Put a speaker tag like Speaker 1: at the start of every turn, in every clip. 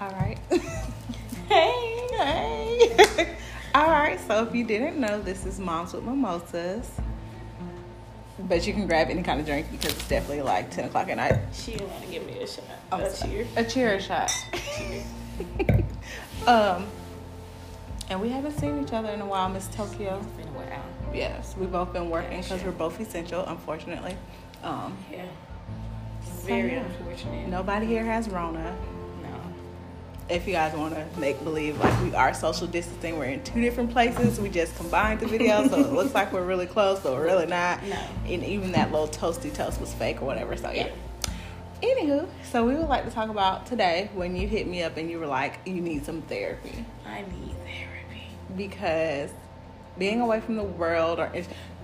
Speaker 1: All right. hey, hey. All right, so if you didn't know, this is Moms with Mimosas. But you can grab any kind of drink because it's definitely like 10 o'clock at night.
Speaker 2: She didn't want to give me a shot.
Speaker 1: Oh,
Speaker 2: That's
Speaker 1: sorry.
Speaker 2: you.
Speaker 1: A cheer shot. um, and we haven't seen each other in a while, Miss Tokyo.
Speaker 2: It's been a while.
Speaker 1: Yes, we've both been working because
Speaker 2: Gotcha.
Speaker 1: we're both essential, unfortunately. Um,
Speaker 2: Yeah. Very
Speaker 1: yeah.
Speaker 2: unfortunate.
Speaker 1: nobody here has Rona.
Speaker 2: No.
Speaker 1: If you guys want to make believe like we are social distancing, we're in two different places. We just combined the video, so it looks like we're really close, but we're really not.
Speaker 2: No.
Speaker 1: And even that little toasty toast was fake or whatever. So yeah.
Speaker 2: Yeah.
Speaker 1: Anywho, so we would like to talk about today when you hit me up and you were like, you need some therapy
Speaker 2: I need therapy.
Speaker 1: because being away from the world or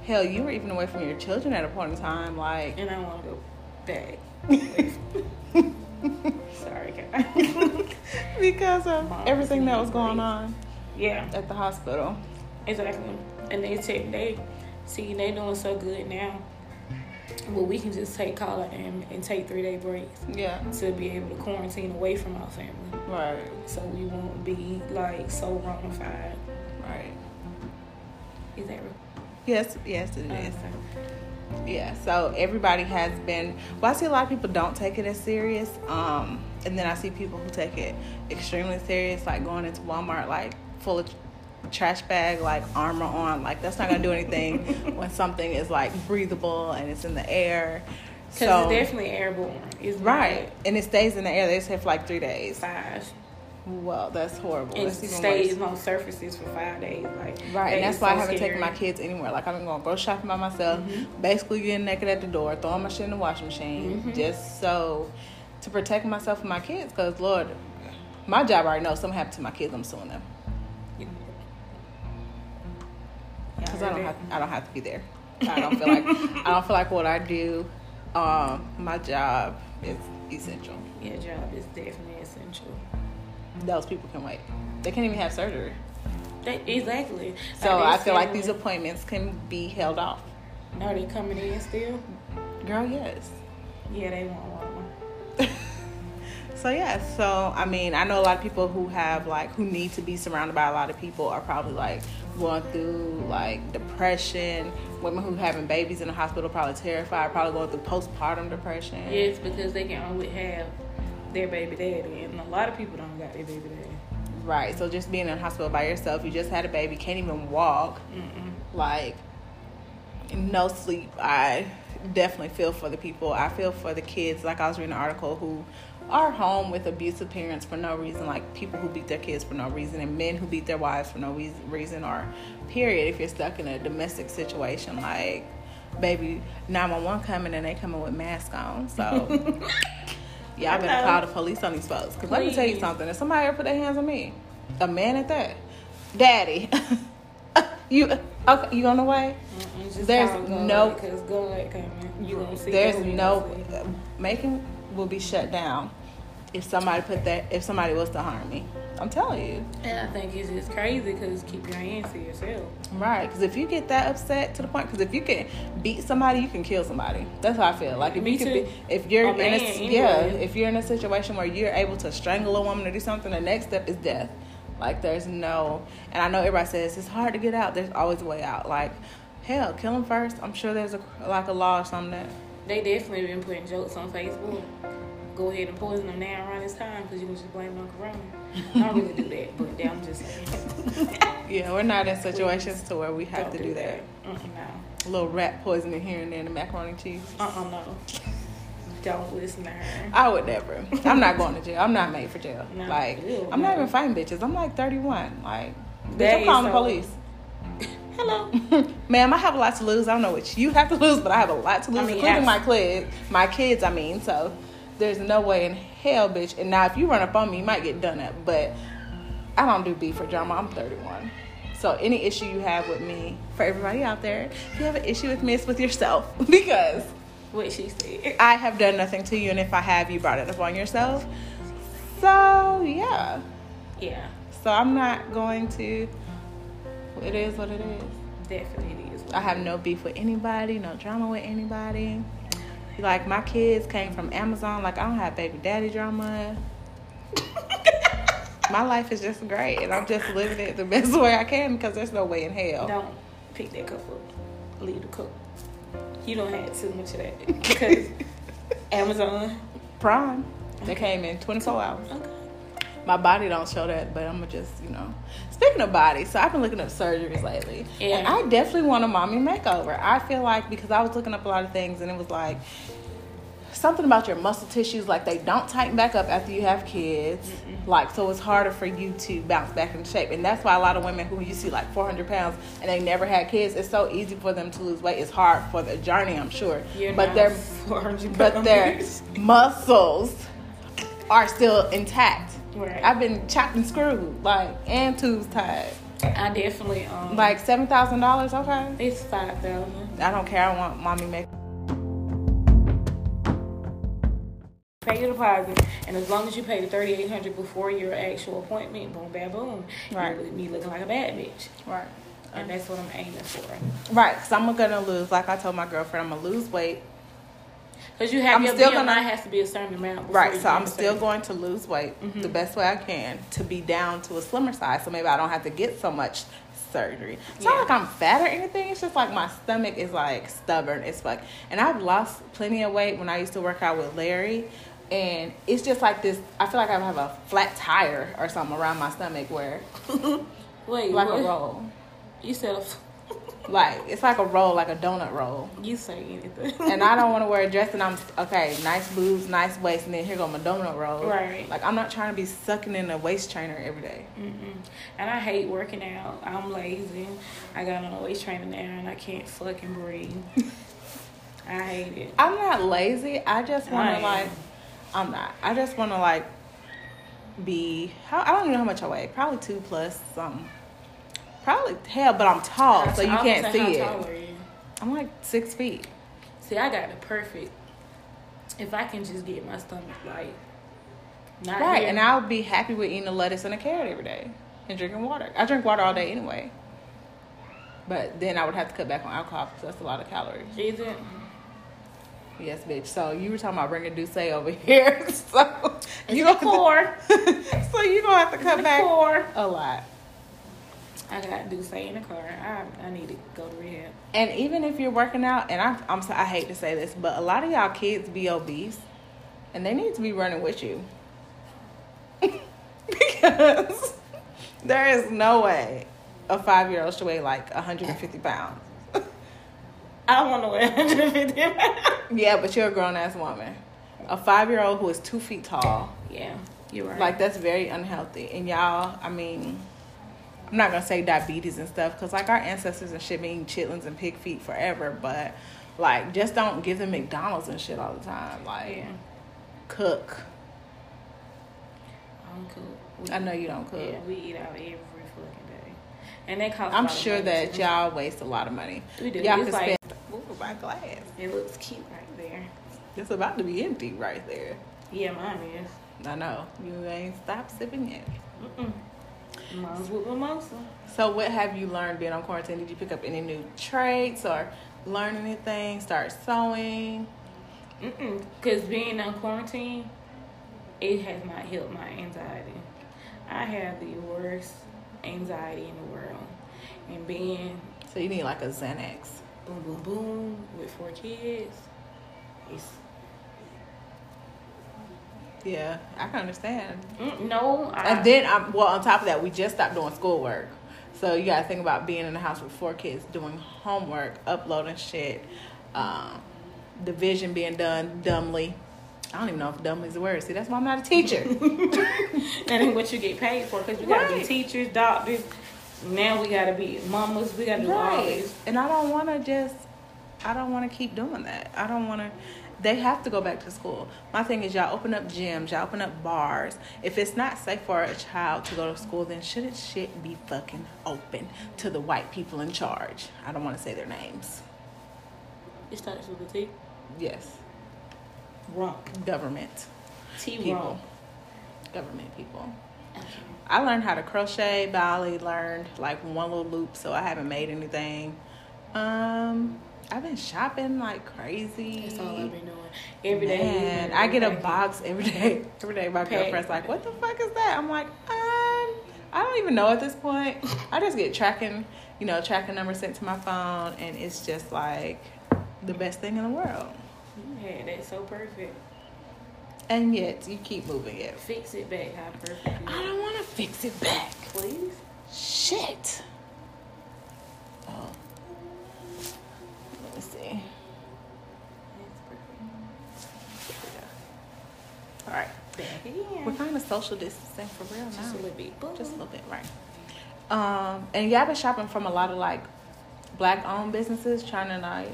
Speaker 1: hell, you were even away from your children at a point in time, like.
Speaker 2: And I want to go back. Sorry, guys.
Speaker 1: because of
Speaker 2: Moms
Speaker 1: everything that
Speaker 2: need
Speaker 1: was going
Speaker 2: grief.
Speaker 1: on
Speaker 2: yeah,
Speaker 1: at the hospital.
Speaker 2: exactly. And they take they see they doing so good now. Well, we can just take collar and, and take three day breaks
Speaker 1: Yeah.
Speaker 2: to be able to quarantine away from our family,
Speaker 1: Right.
Speaker 2: so we won't be like so wrongified.
Speaker 1: Right.
Speaker 2: Is that real?
Speaker 1: Yes. Yes, it is.
Speaker 2: Okay.
Speaker 1: Yeah. So everybody has been. Well, I see a lot of people don't take it as serious. Um, and then I see people who take it extremely serious, like going into Walmart, like full of trash bag, like armor on. Like that's not gonna do anything when something is like breathable and it's in the air.
Speaker 2: Because it's
Speaker 1: So
Speaker 2: definitely airborne. It's not
Speaker 1: right, and it stays in the air. They say for like three days.
Speaker 2: Five.
Speaker 1: Well, that's horrible.
Speaker 2: And
Speaker 1: That's even worse.
Speaker 2: stays on surfaces for five days. Like
Speaker 1: Right,
Speaker 2: that
Speaker 1: and that's
Speaker 2: is
Speaker 1: why I
Speaker 2: so
Speaker 1: haven't taken
Speaker 2: scary. Mm-hmm.
Speaker 1: my kids anywhere. Like I've been going go shopping by myself, basically getting naked at the door, throwing my shit in the washing machine, just so to protect myself and my kids. Because Lord, my job already knows something happened to my kids. I'm suing them
Speaker 2: Yeah,
Speaker 1: because
Speaker 2: heard
Speaker 1: I don't
Speaker 2: that.
Speaker 1: have I don't have to be there. I don't feel like I don't feel like what I do. Um, my job is essential.
Speaker 2: Your job is definitely essential.
Speaker 1: Those people can wait. They can't even have surgery.
Speaker 2: They, exactly.
Speaker 1: So
Speaker 2: Are
Speaker 1: I
Speaker 2: they
Speaker 1: feel like
Speaker 2: still-
Speaker 1: these appointments can be held off.
Speaker 2: Are they coming in still?
Speaker 1: Girl, yes.
Speaker 2: Yeah, they want one.
Speaker 1: So yeah, so I mean, I know a lot of people who have like who need to be surrounded by a lot of people are probably like going through like depression. Women who having babies in the hospital probably terrified, probably going through postpartum depression.
Speaker 2: Yes, because they can only have their baby daddy, and a lot of people don't got their baby daddy.
Speaker 1: Right. So just being in the hospital by yourself, you just had a baby, can't even walk, like no sleep. I definitely feel for the people. I feel for the kids. Like I was reading an article who are home with abusive parents for no reason, like people who beat their kids for no reason, and men who beat their wives for no reas- reason, or period. If you're stuck in a domestic situation, like baby 911 coming and they coming with masks on, so. Y'all better
Speaker 2: Hello.
Speaker 1: call the police on these folks. Cause let me tell you
Speaker 2: Please.
Speaker 1: something. If somebody ever put their hands on me, a man at that, daddy, you okay, you on the way?
Speaker 2: Mm-mm, just
Speaker 1: There's
Speaker 2: call
Speaker 1: no-
Speaker 2: because God coming. You gonna see?
Speaker 1: There's
Speaker 2: what we
Speaker 1: no
Speaker 2: gonna see.
Speaker 1: Macon will be shut down if somebody put that if somebody was to harm me. I'm telling you,
Speaker 2: And I think it's just crazy because keep your hands to yourself.
Speaker 1: right? Because if you get that upset to the point, because if you can beat somebody, you can kill somebody. That's how I feel. Like if
Speaker 2: Me
Speaker 1: you can,
Speaker 2: too.
Speaker 1: be, if you're
Speaker 2: A
Speaker 1: in
Speaker 2: man,
Speaker 1: a, s-
Speaker 2: anyway.
Speaker 1: yeah, if you're in a situation where you're able to strangle a woman or do something, the next step is death. Like there's no, and I know everybody says it's hard to get out. There's always a way out. Like hell, kill him first. I'm sure there's a like a law or something. That,
Speaker 2: They definitely been putting jokes on Facebook. Go ahead and poison them now around this time because you can just blame it on Corona. I don't really do that, but yeah, I'm just saying.
Speaker 1: yeah, we're not in situations to where we have
Speaker 2: don't
Speaker 1: to do that.
Speaker 2: Mm-mm, no.
Speaker 1: A little rat poisoning here and there in the macaroni and cheese.
Speaker 2: Uh-uh, no. Don't listen to her.
Speaker 1: I would never. I'm not going to jail. I'm not made for jail.
Speaker 2: No.
Speaker 1: like
Speaker 2: Ew,
Speaker 1: I'm not
Speaker 2: no.
Speaker 1: even fighting bitches. I'm like 31. Like bitch,
Speaker 2: That
Speaker 1: I'm
Speaker 2: is
Speaker 1: calling the
Speaker 2: so-
Speaker 1: police.
Speaker 2: Hello.
Speaker 1: Ma'am, I have a lot to lose. I don't know what you have to lose, but I have a lot to lose,
Speaker 2: I mean,
Speaker 1: including
Speaker 2: abs-
Speaker 1: my kids. My kids, I mean. So there's no way in hell, bitch. And now if you run up on me, you might get done up. But I don't do beef for drama. I'm 31. So any issue you have with me, for everybody out there, if you have an issue with me, it's with yourself because
Speaker 2: What she said.
Speaker 1: I have done nothing to you, and if I have, you brought it upon yourself. So yeah.
Speaker 2: Yeah,
Speaker 1: So I'm not going to. It is what it is.
Speaker 2: definitely it is.
Speaker 1: I have no beef with anybody, no drama with anybody. Like my kids came from Amazon. Like I don't have baby daddy drama. my life is just great, and I'm just living it the best way I can because there's no way in hell.
Speaker 2: Don't pick that cup up. Leave the cup. You don't have too much of that because Amazon.
Speaker 1: Prime, they came in 24 hours.
Speaker 2: Okay.
Speaker 1: My body don't show that, but I'm gonna just you know. Speaking of body, so I've been looking up surgeries lately,
Speaker 2: Yeah.
Speaker 1: and I definitely want a mommy makeover. I feel like because I was looking up a lot of things, and it was like something about your muscle tissues like they don't tighten back up after you have kids like so it's harder for you to bounce back into shape and that's why a lot of women who you see like 400 pounds and they never had kids it's so easy for them to lose weight it's hard for the journey i'm sure
Speaker 2: You're
Speaker 1: but
Speaker 2: not
Speaker 1: their
Speaker 2: 400
Speaker 1: but their
Speaker 2: pounds.
Speaker 1: muscles are still intact
Speaker 2: Right.
Speaker 1: i've been chopped and screwed like and tubes tied
Speaker 2: I definitely um.
Speaker 1: like $7000 okay
Speaker 2: it's five thousand.
Speaker 1: i don't care i want mommy make
Speaker 2: Pay your deposit, and as long as you pay the thirty eight hundred before your actual appointment, boom, bam, boom.
Speaker 1: Right. Uh-huh.
Speaker 2: You, me looking like a bad bitch,
Speaker 1: right
Speaker 2: and that's what I'm aiming for.
Speaker 1: right because i'm gonna lose like i told my girlfriend i'm gonna lose weight
Speaker 2: Because you have
Speaker 1: I'm
Speaker 2: your
Speaker 1: still
Speaker 2: BMI
Speaker 1: gonna-
Speaker 2: has to be a certain amount. before
Speaker 1: Right,
Speaker 2: you Mm-hmm.
Speaker 1: so I'm
Speaker 2: can say-
Speaker 1: still going to lose weight the best way I can to be down to a slimmer size, so maybe I don't have to get so much surgery. It's
Speaker 2: Yeah.
Speaker 1: not like I'm fat or anything. It's just like my stomach is like stubborn as fuck, and I've lost plenty of weight when I used to work out with Larry, and it's just like this. I feel like I have a flat tire or something around my stomach where
Speaker 2: Wait,
Speaker 1: like
Speaker 2: what?
Speaker 1: a roll,
Speaker 2: You said a-
Speaker 1: like it's like a roll, like a donut roll.
Speaker 2: you say anything.
Speaker 1: and I don't want to wear a dress and I'm okay, nice boobs, nice waist, and then here go my donut roll.
Speaker 2: Right.
Speaker 1: Like I'm not trying to be sucking in a waist trainer every day.
Speaker 2: Mm-mm. And I hate working out. I'm lazy. I got on a waist trainer now, and I can't fucking breathe. I hate it.
Speaker 1: I'm not lazy. I just want
Speaker 2: I
Speaker 1: to
Speaker 2: am.
Speaker 1: like. I'm not. I just want to like be. How I don't even know how much I weigh. Probably two plus something. Probably hell, but I'm tall, Oh, so you
Speaker 2: I was
Speaker 1: can't
Speaker 2: saying,
Speaker 1: see it.
Speaker 2: how tall are you?
Speaker 1: I'm like six feet.
Speaker 2: See, I got the perfect. If I can just get my stomach like, not
Speaker 1: Right,
Speaker 2: here.
Speaker 1: and I'll be happy with eating a lettuce and a carrot every day and drinking water. I drink water all day anyway. But then I would have to cut back on alcohol because that's a lot of calories.
Speaker 2: is it?
Speaker 1: Yes, bitch. So you were talking about bringing Duce over here. So you
Speaker 2: It's
Speaker 1: don't
Speaker 2: the core.
Speaker 1: so you gonna have to cut
Speaker 2: the
Speaker 1: back
Speaker 2: core.
Speaker 1: a lot.
Speaker 2: I got do say in the car. I I need to go to rehab.
Speaker 1: And even if you're working out, and I, I'm so- I hate to say this, but a lot of y'all kids be obese, and they need to be running with you because there is no way a five year old should weigh like 150 pounds.
Speaker 2: I don't want to weigh 150.
Speaker 1: Yeah, but you're a grown ass woman. A five year old who is two feet tall.
Speaker 2: yeah, you're right.
Speaker 1: Like that's very unhealthy. And y'all, I mean, I'm not gonna say diabetes and stuff because like our ancestors and shit been eating chitlins and pig feet forever, but like just don't give them McDonald's and shit all the time. Like
Speaker 2: yeah,
Speaker 1: cook.
Speaker 2: I don't cook. We-
Speaker 1: I know you don't cook.
Speaker 2: Yeah, we eat out every fucking day, and that costs. a
Speaker 1: I'm
Speaker 2: lot of
Speaker 1: sure
Speaker 2: money,
Speaker 1: that
Speaker 2: too.
Speaker 1: y'all waste a lot of money.
Speaker 2: We do.
Speaker 1: Y'all
Speaker 2: It's
Speaker 1: can
Speaker 2: like-
Speaker 1: spend. Ooh, my glass.
Speaker 2: It looks cute right there.
Speaker 1: It's about to be empty right there.
Speaker 2: Yeah, mine is.
Speaker 1: I know. You ain't stopped sipping yet.
Speaker 2: Mm-mm. Mine's with mimosa.
Speaker 1: So, what have you learned being on quarantine? Did you pick up any new traits or learn anything? Start sewing?
Speaker 2: Mm-mm. Cause being on quarantine, it has not helped my anxiety. I have the worst anxiety in the world, and being
Speaker 1: So, you need like a Xanax.
Speaker 2: boom, boom, boom with four kids, it's
Speaker 1: Yeah, I can understand.
Speaker 2: mm, no. I,
Speaker 1: And then, um, well, on top of that, we just stopped doing schoolwork. So you gotta think about being in the house with four kids, doing homework, uploading shit, um, division being done dumbly. I don't even know if dumbly is the word. See, that's why I'm not a teacher.
Speaker 2: that ain't what you get paid for. Cause we gotta be
Speaker 1: Right.
Speaker 2: teachers, doctors. Now we gotta be mamas. We gotta do all
Speaker 1: right.
Speaker 2: this.
Speaker 1: And I don't want to just. I don't want to keep doing that. I don't want to. They have to go back to school. My thing is, y'all open up gyms, y'all open up bars. If it's not safe for a child to go to school, then shouldn't shit be fucking open to the white people in charge? I don't want to say their names.
Speaker 2: It starts with a T.
Speaker 1: Yes,
Speaker 2: Wrong.
Speaker 1: government
Speaker 2: T
Speaker 1: people.
Speaker 2: wrong.
Speaker 1: Government people. I learned how to crochet, but I only learned like one little loop, so I haven't made anything. Um, I've been shopping like crazy.
Speaker 2: That's all I've been doing. Every day.
Speaker 1: Man, I get a box every day. Every day, my
Speaker 2: Pack.
Speaker 1: girlfriend's like, "What the fuck is that?" I'm like, "Uh, I don't even know at this point. I just get tracking, you know, tracking numbers sent to my phone, and it's just like the best thing in the world.
Speaker 2: You had that so perfect.
Speaker 1: And yet you keep moving it.
Speaker 2: Fix it back how perfect it
Speaker 1: I
Speaker 2: is.
Speaker 1: don't want to fix it back.
Speaker 2: Please.
Speaker 1: Shit. Oh. Let me see.
Speaker 2: It's perfect.
Speaker 1: All right.
Speaker 2: Back
Speaker 1: We're
Speaker 2: again.
Speaker 1: kind of social distancing for real now.
Speaker 2: Just a little bit. Boom.
Speaker 1: Just a little bit, right? Um, and y'all been shopping from a lot of like black-owned businesses, trying to like,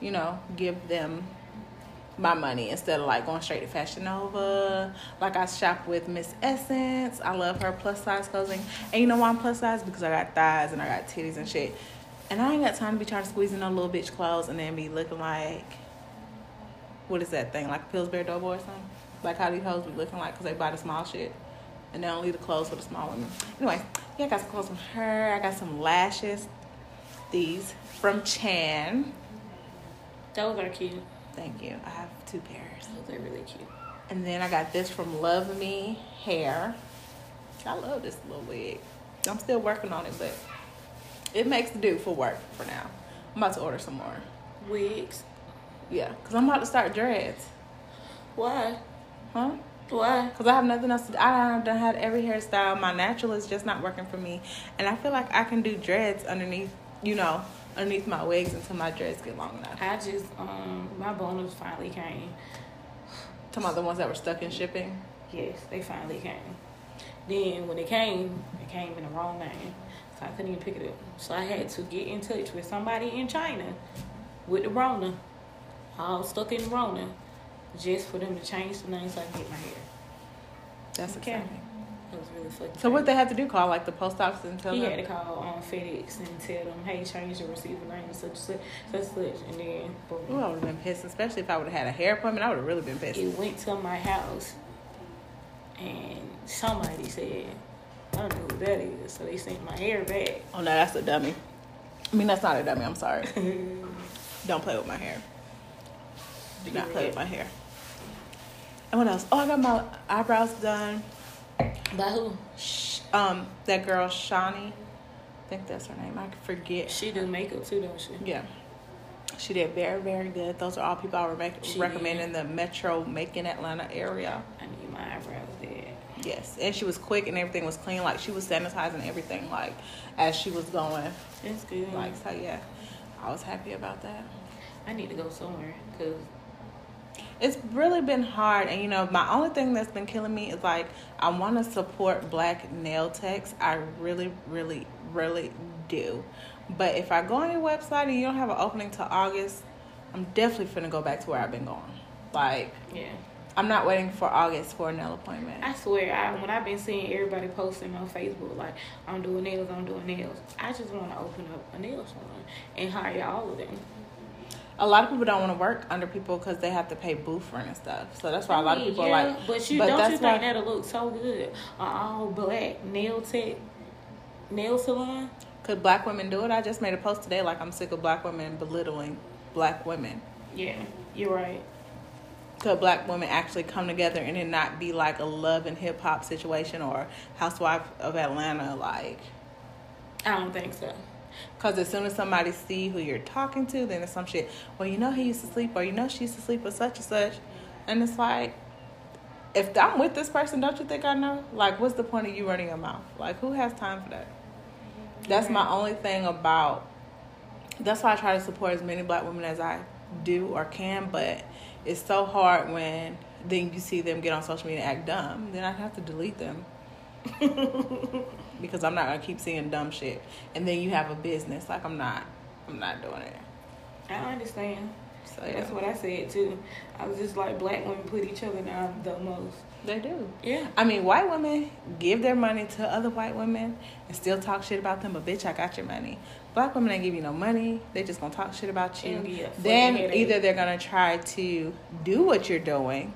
Speaker 1: you know, give them my money instead of like going straight to Fashion Nova. Like I shop with Miss Essence. I love her plus size clothing. And you know why I'm plus size? Because I got thighs and I got titties and shit. And I ain't got time to be trying to squeeze in no little bitch clothes and then be looking like, what is that thing? Like a Pillsbury Doughboy or something? Like how these hoes be looking like because they buy the small shit and they don't leave the clothes for the small women. Anyway, yeah, I got some clothes from her. I got some lashes. These from Chan.
Speaker 2: Those are cute.
Speaker 1: Thank you. I have two pairs.
Speaker 2: Those are really cute.
Speaker 1: And then I got this from Love Me Hair. I love this little wig. I'm still working on it, but it makes do for work for now. I'm about to order some more.
Speaker 2: Wigs.
Speaker 1: Yeah, because I'm about to start dreads.
Speaker 2: Why?
Speaker 1: Huh?
Speaker 2: Why?
Speaker 1: Because I have nothing else to do. I done had every hairstyle. My natural is just not working for me. And I feel like I can do dreads underneath, you know, underneath my wigs until my dreads get long enough.
Speaker 2: I just um my bonus finally came.
Speaker 1: Talking about the ones that were stuck in shipping.
Speaker 2: Yes, they finally came. Then when it came, it came in the wrong name, so I couldn't even pick it up. So I had to get in touch with somebody in China with the Rona, all stuck in Rona, just for them to change the name so I can get my hair.
Speaker 1: That's
Speaker 2: Okay.
Speaker 1: exciting.
Speaker 2: It was really fucking.
Speaker 1: So what
Speaker 2: crazy.
Speaker 1: they have to do? Call like the post office and tell
Speaker 2: He had
Speaker 1: them.
Speaker 2: to call on FedEx and tell them, hey, change the receiver name to such and such, such and such, and then
Speaker 1: Ooh, I
Speaker 2: boom.
Speaker 1: would have been pissed, especially if I would have had a hair appointment. I would have really been pissed.
Speaker 2: It went to my house, and somebody said, I don't know who that is, so they sent my hair back.
Speaker 1: Oh no, that's a dummy. I mean, that's not a dummy. I'm sorry. Don't play with my hair. Do not play with my hair. And what else? Oh, I got my eyebrows done.
Speaker 2: By who?
Speaker 1: Sh- Um, that girl Shawnee, I think that's her name. I forget.
Speaker 2: She do makeup too, don't she?
Speaker 1: Yeah, she did very, very good. Those are all people I would rec-
Speaker 2: She
Speaker 1: recommend
Speaker 2: did.
Speaker 1: in the Metro Macon Atlanta area.
Speaker 2: I need my eyebrows did.
Speaker 1: Yes, and she was quick and everything was clean. Like she was sanitizing everything, like as she was going.
Speaker 2: That's good.
Speaker 1: Like so, yeah, I was happy about that.
Speaker 2: I need to go somewhere because
Speaker 1: It's really been hard, and you know, my only thing that's been killing me is like I want to support Black nail techs. I really, really, really do. But if I go on your website and you don't have an opening till August, I'm definitely finna go back to where I've been going. Like
Speaker 2: yeah,
Speaker 1: I'm not waiting for August for a nail appointment.
Speaker 2: I swear, I when I've been seeing everybody posting on Facebook like I'm doing nails, I'm doing nails. I just want to open up a nail salon and hire all of them.
Speaker 1: a lot of people don't want to work under people because they have to pay booth rent and stuff. So that's why a lot of people
Speaker 2: yeah,
Speaker 1: are like,
Speaker 2: but you
Speaker 1: but
Speaker 2: don't you
Speaker 1: that's
Speaker 2: think
Speaker 1: why-
Speaker 2: that'll look so good? A all black nail tech nail salon.
Speaker 1: could black women do it? I just made a post today like I'm sick of black women belittling black women.
Speaker 2: Yeah, you're right.
Speaker 1: Could black women actually come together and it not be like a love and hip hop situation or housewife of Atlanta? Like,
Speaker 2: I don't think so.
Speaker 1: because as soon as somebody see who you're talking to, then it's some shit. Well, you know he used to sleep or you know she used to sleep with such and such. And it's like, if I'm with this person, don't you think I know? Like, what's the point of you running your mouth? Like, who has time for that? That's my only thing about. That's why I try to support as many black women as I do or can, but it's so hard when then you see them get on social media and act dumb. Then I have to delete them because I'm not gonna keep seeing dumb shit. And then you have a business like I'm not. I'm not doing it.
Speaker 2: I understand.
Speaker 1: So yeah,
Speaker 2: That's what I said too. I was just like black women put each other down the most.
Speaker 1: they do.
Speaker 2: Yeah.
Speaker 1: I mean, white women give their money to other white women and still talk shit about them. But bitch, I got your money. Black women ain't give you no money. They just gonna talk shit about you.
Speaker 2: It'll be a fucking
Speaker 1: then
Speaker 2: headache.
Speaker 1: either they're gonna try to do what you're doing,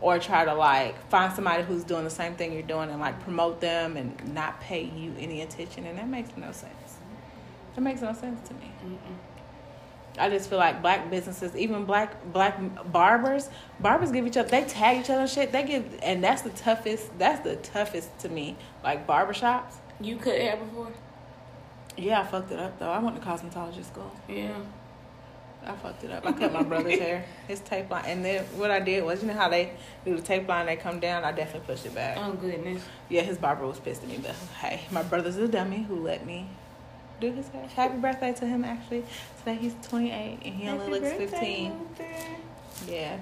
Speaker 1: or try to like find somebody who's doing the same thing you're doing and like promote them and not pay you any attention. And that makes no sense. That makes no sense to me. I just feel like black businesses, even black black barbers, barbers give each other, they tag each other and shit. They give, and that's the toughest. That's the toughest to me. Like barbershops,
Speaker 2: You cut hair before?
Speaker 1: Yeah, I fucked it up though. I went to cosmetology school.
Speaker 2: Yeah.
Speaker 1: I fucked it up. I cut my brother's hair, his tape line, and then what I did was, you know how they do the tape line, they come down. I definitely pushed it back.
Speaker 2: Oh goodness.
Speaker 1: Yeah, his barber was pissed at me, but hey, my brother's a dummy who let me do his hair. Happy birthday to him, actually. Today he's 28 and he only
Speaker 2: Happy
Speaker 1: looks
Speaker 2: birthday,
Speaker 1: 15.
Speaker 2: Luther.
Speaker 1: Yeah,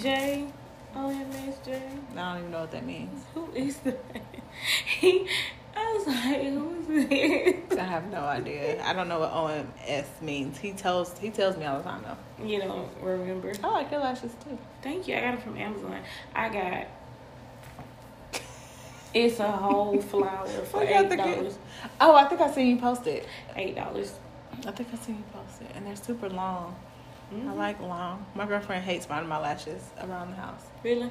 Speaker 2: Jay. OMS Jay.
Speaker 1: I don't even know what that means.
Speaker 2: Who is that? He I was like, who is this?
Speaker 1: I have no idea. I don't know what OMS means. He tells he tells me all the time though.
Speaker 2: You don't remember.
Speaker 1: I like your lashes too.
Speaker 2: Thank you. I got it from Amazon. I got it's a whole flower for
Speaker 1: We got
Speaker 2: eight
Speaker 1: the good-
Speaker 2: dollars.
Speaker 1: Oh, I think I seen you post it.
Speaker 2: Eight dollars.
Speaker 1: I think I seen you post it, and they're super long. I
Speaker 2: Mm-hmm.
Speaker 1: like long. My girlfriend hates buying my lashes around the house.
Speaker 2: Mm-hmm. really.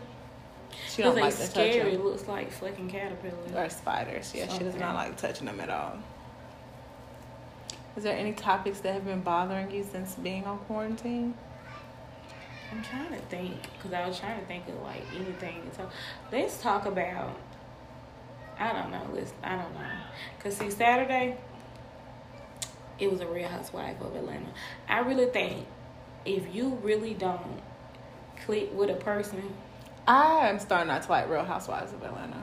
Speaker 2: Because
Speaker 1: She don't
Speaker 2: they
Speaker 1: like to touch
Speaker 2: scary.
Speaker 1: them.
Speaker 2: It looks like fucking caterpillars.
Speaker 1: or spiders. Yeah, she does
Speaker 2: Okay.
Speaker 1: not like touching them at all. Is there any topics that have been bothering you since being on quarantine?
Speaker 2: I'm trying to think because I was trying to think of like anything. So let's talk about. I don't know. Let's. I don't know. Cause see, Saturday, it was a Real Housewife of Atlanta. I really think if you really don't click with a person,
Speaker 1: I am starting out to like Real Housewives of Atlanta.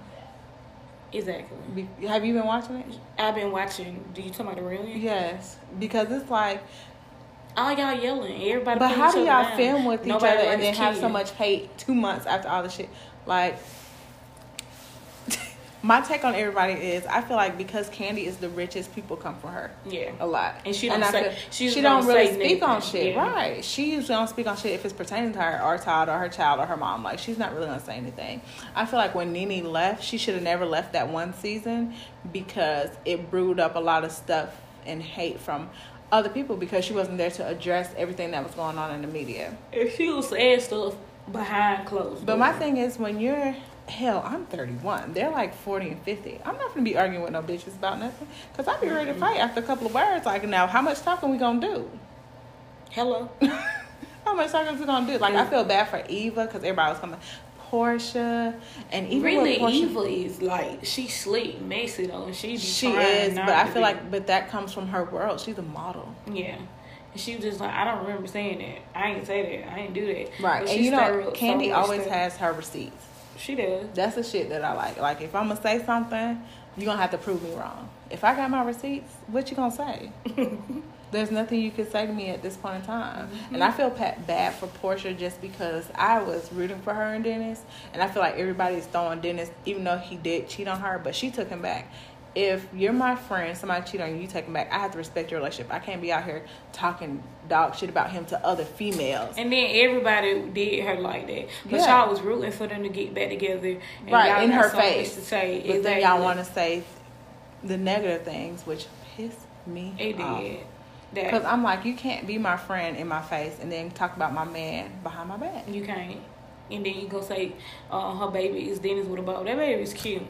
Speaker 2: exactly.
Speaker 1: Be- have you been watching it?
Speaker 2: I've been watching. Do you talk about the reunion?
Speaker 1: Yes, because it's like,
Speaker 2: All y'all yelling. Everybody.
Speaker 1: but
Speaker 2: put
Speaker 1: how
Speaker 2: each
Speaker 1: do
Speaker 2: other
Speaker 1: y'all
Speaker 2: down.
Speaker 1: film with each
Speaker 2: Nobody
Speaker 1: other and then
Speaker 2: likes
Speaker 1: have so
Speaker 2: kids.
Speaker 1: much hate two months after all the shit? Like, my take on everybody is I feel like because Candy is the richest, people come for her.
Speaker 2: Yeah.
Speaker 1: a lot.
Speaker 2: And she don't
Speaker 1: I
Speaker 2: say-
Speaker 1: feel-
Speaker 2: she
Speaker 1: she
Speaker 2: don't
Speaker 1: don't really
Speaker 2: say
Speaker 1: speak on
Speaker 2: nothing.
Speaker 1: shit,
Speaker 2: Yeah.
Speaker 1: right? She usually don't speak on shit if it's pertaining to her or child or her child or her mom. Like she's not really gonna say anything. I feel like when Nene left, she should have never left that one season because it brewed up a lot of stuff and hate from other people because she wasn't there to address everything that was going on in the media.
Speaker 2: If she was saying stuff behind closed.
Speaker 1: But my
Speaker 2: doors.
Speaker 1: thing is when you're hell, I'm 31. They're like 40 and 50. I'm not gonna be arguing with no bitches about nothing because I'd be ready to fight after a couple of words. Like now, how much talking we gonna do?
Speaker 2: Hello.
Speaker 1: How much talking we gonna do? Like I feel bad for Eva because everybody was coming. Portia and even
Speaker 2: really,
Speaker 1: with Portia,
Speaker 2: Eva is like she sleep messy though, and she be
Speaker 1: she
Speaker 2: trying
Speaker 1: is,
Speaker 2: not
Speaker 1: but I
Speaker 2: to
Speaker 1: feel
Speaker 2: be.
Speaker 1: like but that comes from her world. She's a model,
Speaker 2: yeah. And She was just like, I don't remember saying that. I ain't say that. I ain't do that. But
Speaker 1: And
Speaker 2: she
Speaker 1: you
Speaker 2: stirred
Speaker 1: know,
Speaker 2: up so
Speaker 1: Candy
Speaker 2: much
Speaker 1: always
Speaker 2: stuff.
Speaker 1: has her receipts.
Speaker 2: She does.
Speaker 1: That's the shit that I like. Like if I'm gonna say something, you're gonna have to prove me wrong. If I got my receipts, what you gonna say? There's nothing you could say to me at this point in time. And I feel pa- bad for Portia just because I was rooting for her and Dennis. And I feel like everybody's throwing Dennis, even though he did cheat on her, but she took him back. If you're my friend, somebody cheat on you, you take him back. I have to respect your relationship. I can't be out here talking dog shit about him to other females.
Speaker 2: And then everybody did her like that, but
Speaker 1: Yeah.
Speaker 2: y'all was rooting for them to get back together. And
Speaker 1: Right,
Speaker 2: y'all
Speaker 1: in
Speaker 2: got
Speaker 1: her
Speaker 2: so much
Speaker 1: face.
Speaker 2: to say.
Speaker 1: But then y'all want to say the negative things, which piss me
Speaker 2: It did.
Speaker 1: Oh. Because
Speaker 2: That
Speaker 1: I'm like, you can't be my friend in my face and then talk about my man behind my back.
Speaker 2: you can't. And then you go say, uh, her baby is Dennis with a bow. That baby is cute.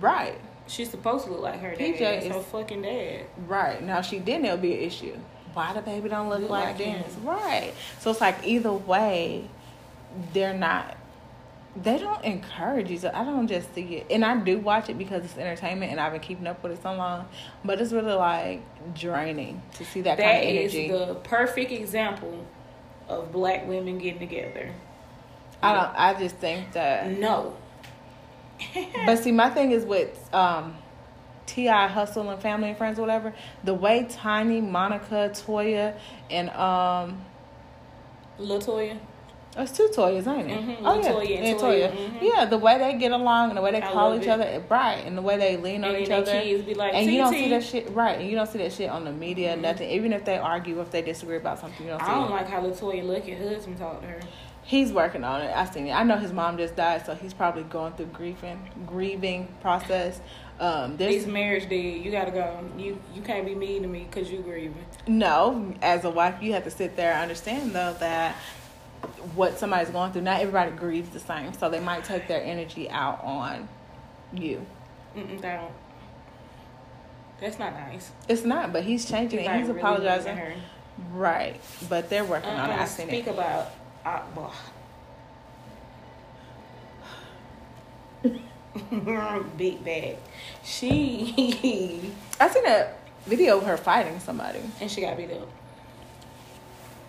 Speaker 1: Right,
Speaker 2: She's supposed to look like her dad.
Speaker 1: PJ
Speaker 2: That's
Speaker 1: is-
Speaker 2: her fucking dad.
Speaker 1: right. Now, if she didn't, it'll be an issue. Why the baby don't look
Speaker 2: Look
Speaker 1: like
Speaker 2: like
Speaker 1: Dennis?
Speaker 2: him.
Speaker 1: Right. So it's like, either way, they're not, they don't encourage you. So I don't just see it. And I do watch it because it's entertainment and I've been keeping up with it so long. But it's really like draining to see that,
Speaker 2: That
Speaker 1: kind of
Speaker 2: is
Speaker 1: energy.
Speaker 2: the perfect example of black women getting together.
Speaker 1: I don't, I just think that.
Speaker 2: No.
Speaker 1: But see, my thing is with um, Ti Hustle and Family and Friends, or whatever. The way Tiny, Monica, Toya, and um,
Speaker 2: Latoya.
Speaker 1: it's two Toyas, ain't it?
Speaker 2: Mhm,
Speaker 1: oh yeah,
Speaker 2: Latoya and
Speaker 1: and
Speaker 2: Toya,
Speaker 1: Toya.
Speaker 2: mhm.
Speaker 1: Yeah, the way they get along and the way they
Speaker 2: I
Speaker 1: call
Speaker 2: love
Speaker 1: each
Speaker 2: it.
Speaker 1: other, right? And the way they lean on
Speaker 2: And
Speaker 1: each
Speaker 2: then
Speaker 1: other.
Speaker 2: their kids be like,
Speaker 1: and you don't see that
Speaker 2: TT.
Speaker 1: shit, right? And you don't see that shit on the media,
Speaker 2: Mhm.
Speaker 1: nothing. Even if they argue, if they disagree about something, you don't see
Speaker 2: I don't
Speaker 1: it.
Speaker 2: like how Latoya look at husband talk to her.
Speaker 1: He's working on it. I seen it. I know his mom just died, so he's probably going through grieving, grieving process. Um, there's
Speaker 2: This marriage dead. You gotta go. You you can't be mean to me because you grieving.
Speaker 1: No, as a wife, you have to sit there and understand though that what somebody's going through. Not everybody grieves the same, so they might take their energy out on you.
Speaker 2: Mm-mm, don't. That's not nice.
Speaker 1: It's not, but he's changing it.
Speaker 2: Like,
Speaker 1: He's
Speaker 2: really
Speaker 1: apologizing,
Speaker 2: mean
Speaker 1: right? But they're
Speaker 2: to
Speaker 1: working
Speaker 2: her.
Speaker 1: on it.
Speaker 2: Uh-uh,
Speaker 1: I seen
Speaker 2: speak
Speaker 1: it.
Speaker 2: uh, about Akbar. Big bag. She
Speaker 1: I seen a video of her fighting somebody.
Speaker 2: and she got beat up.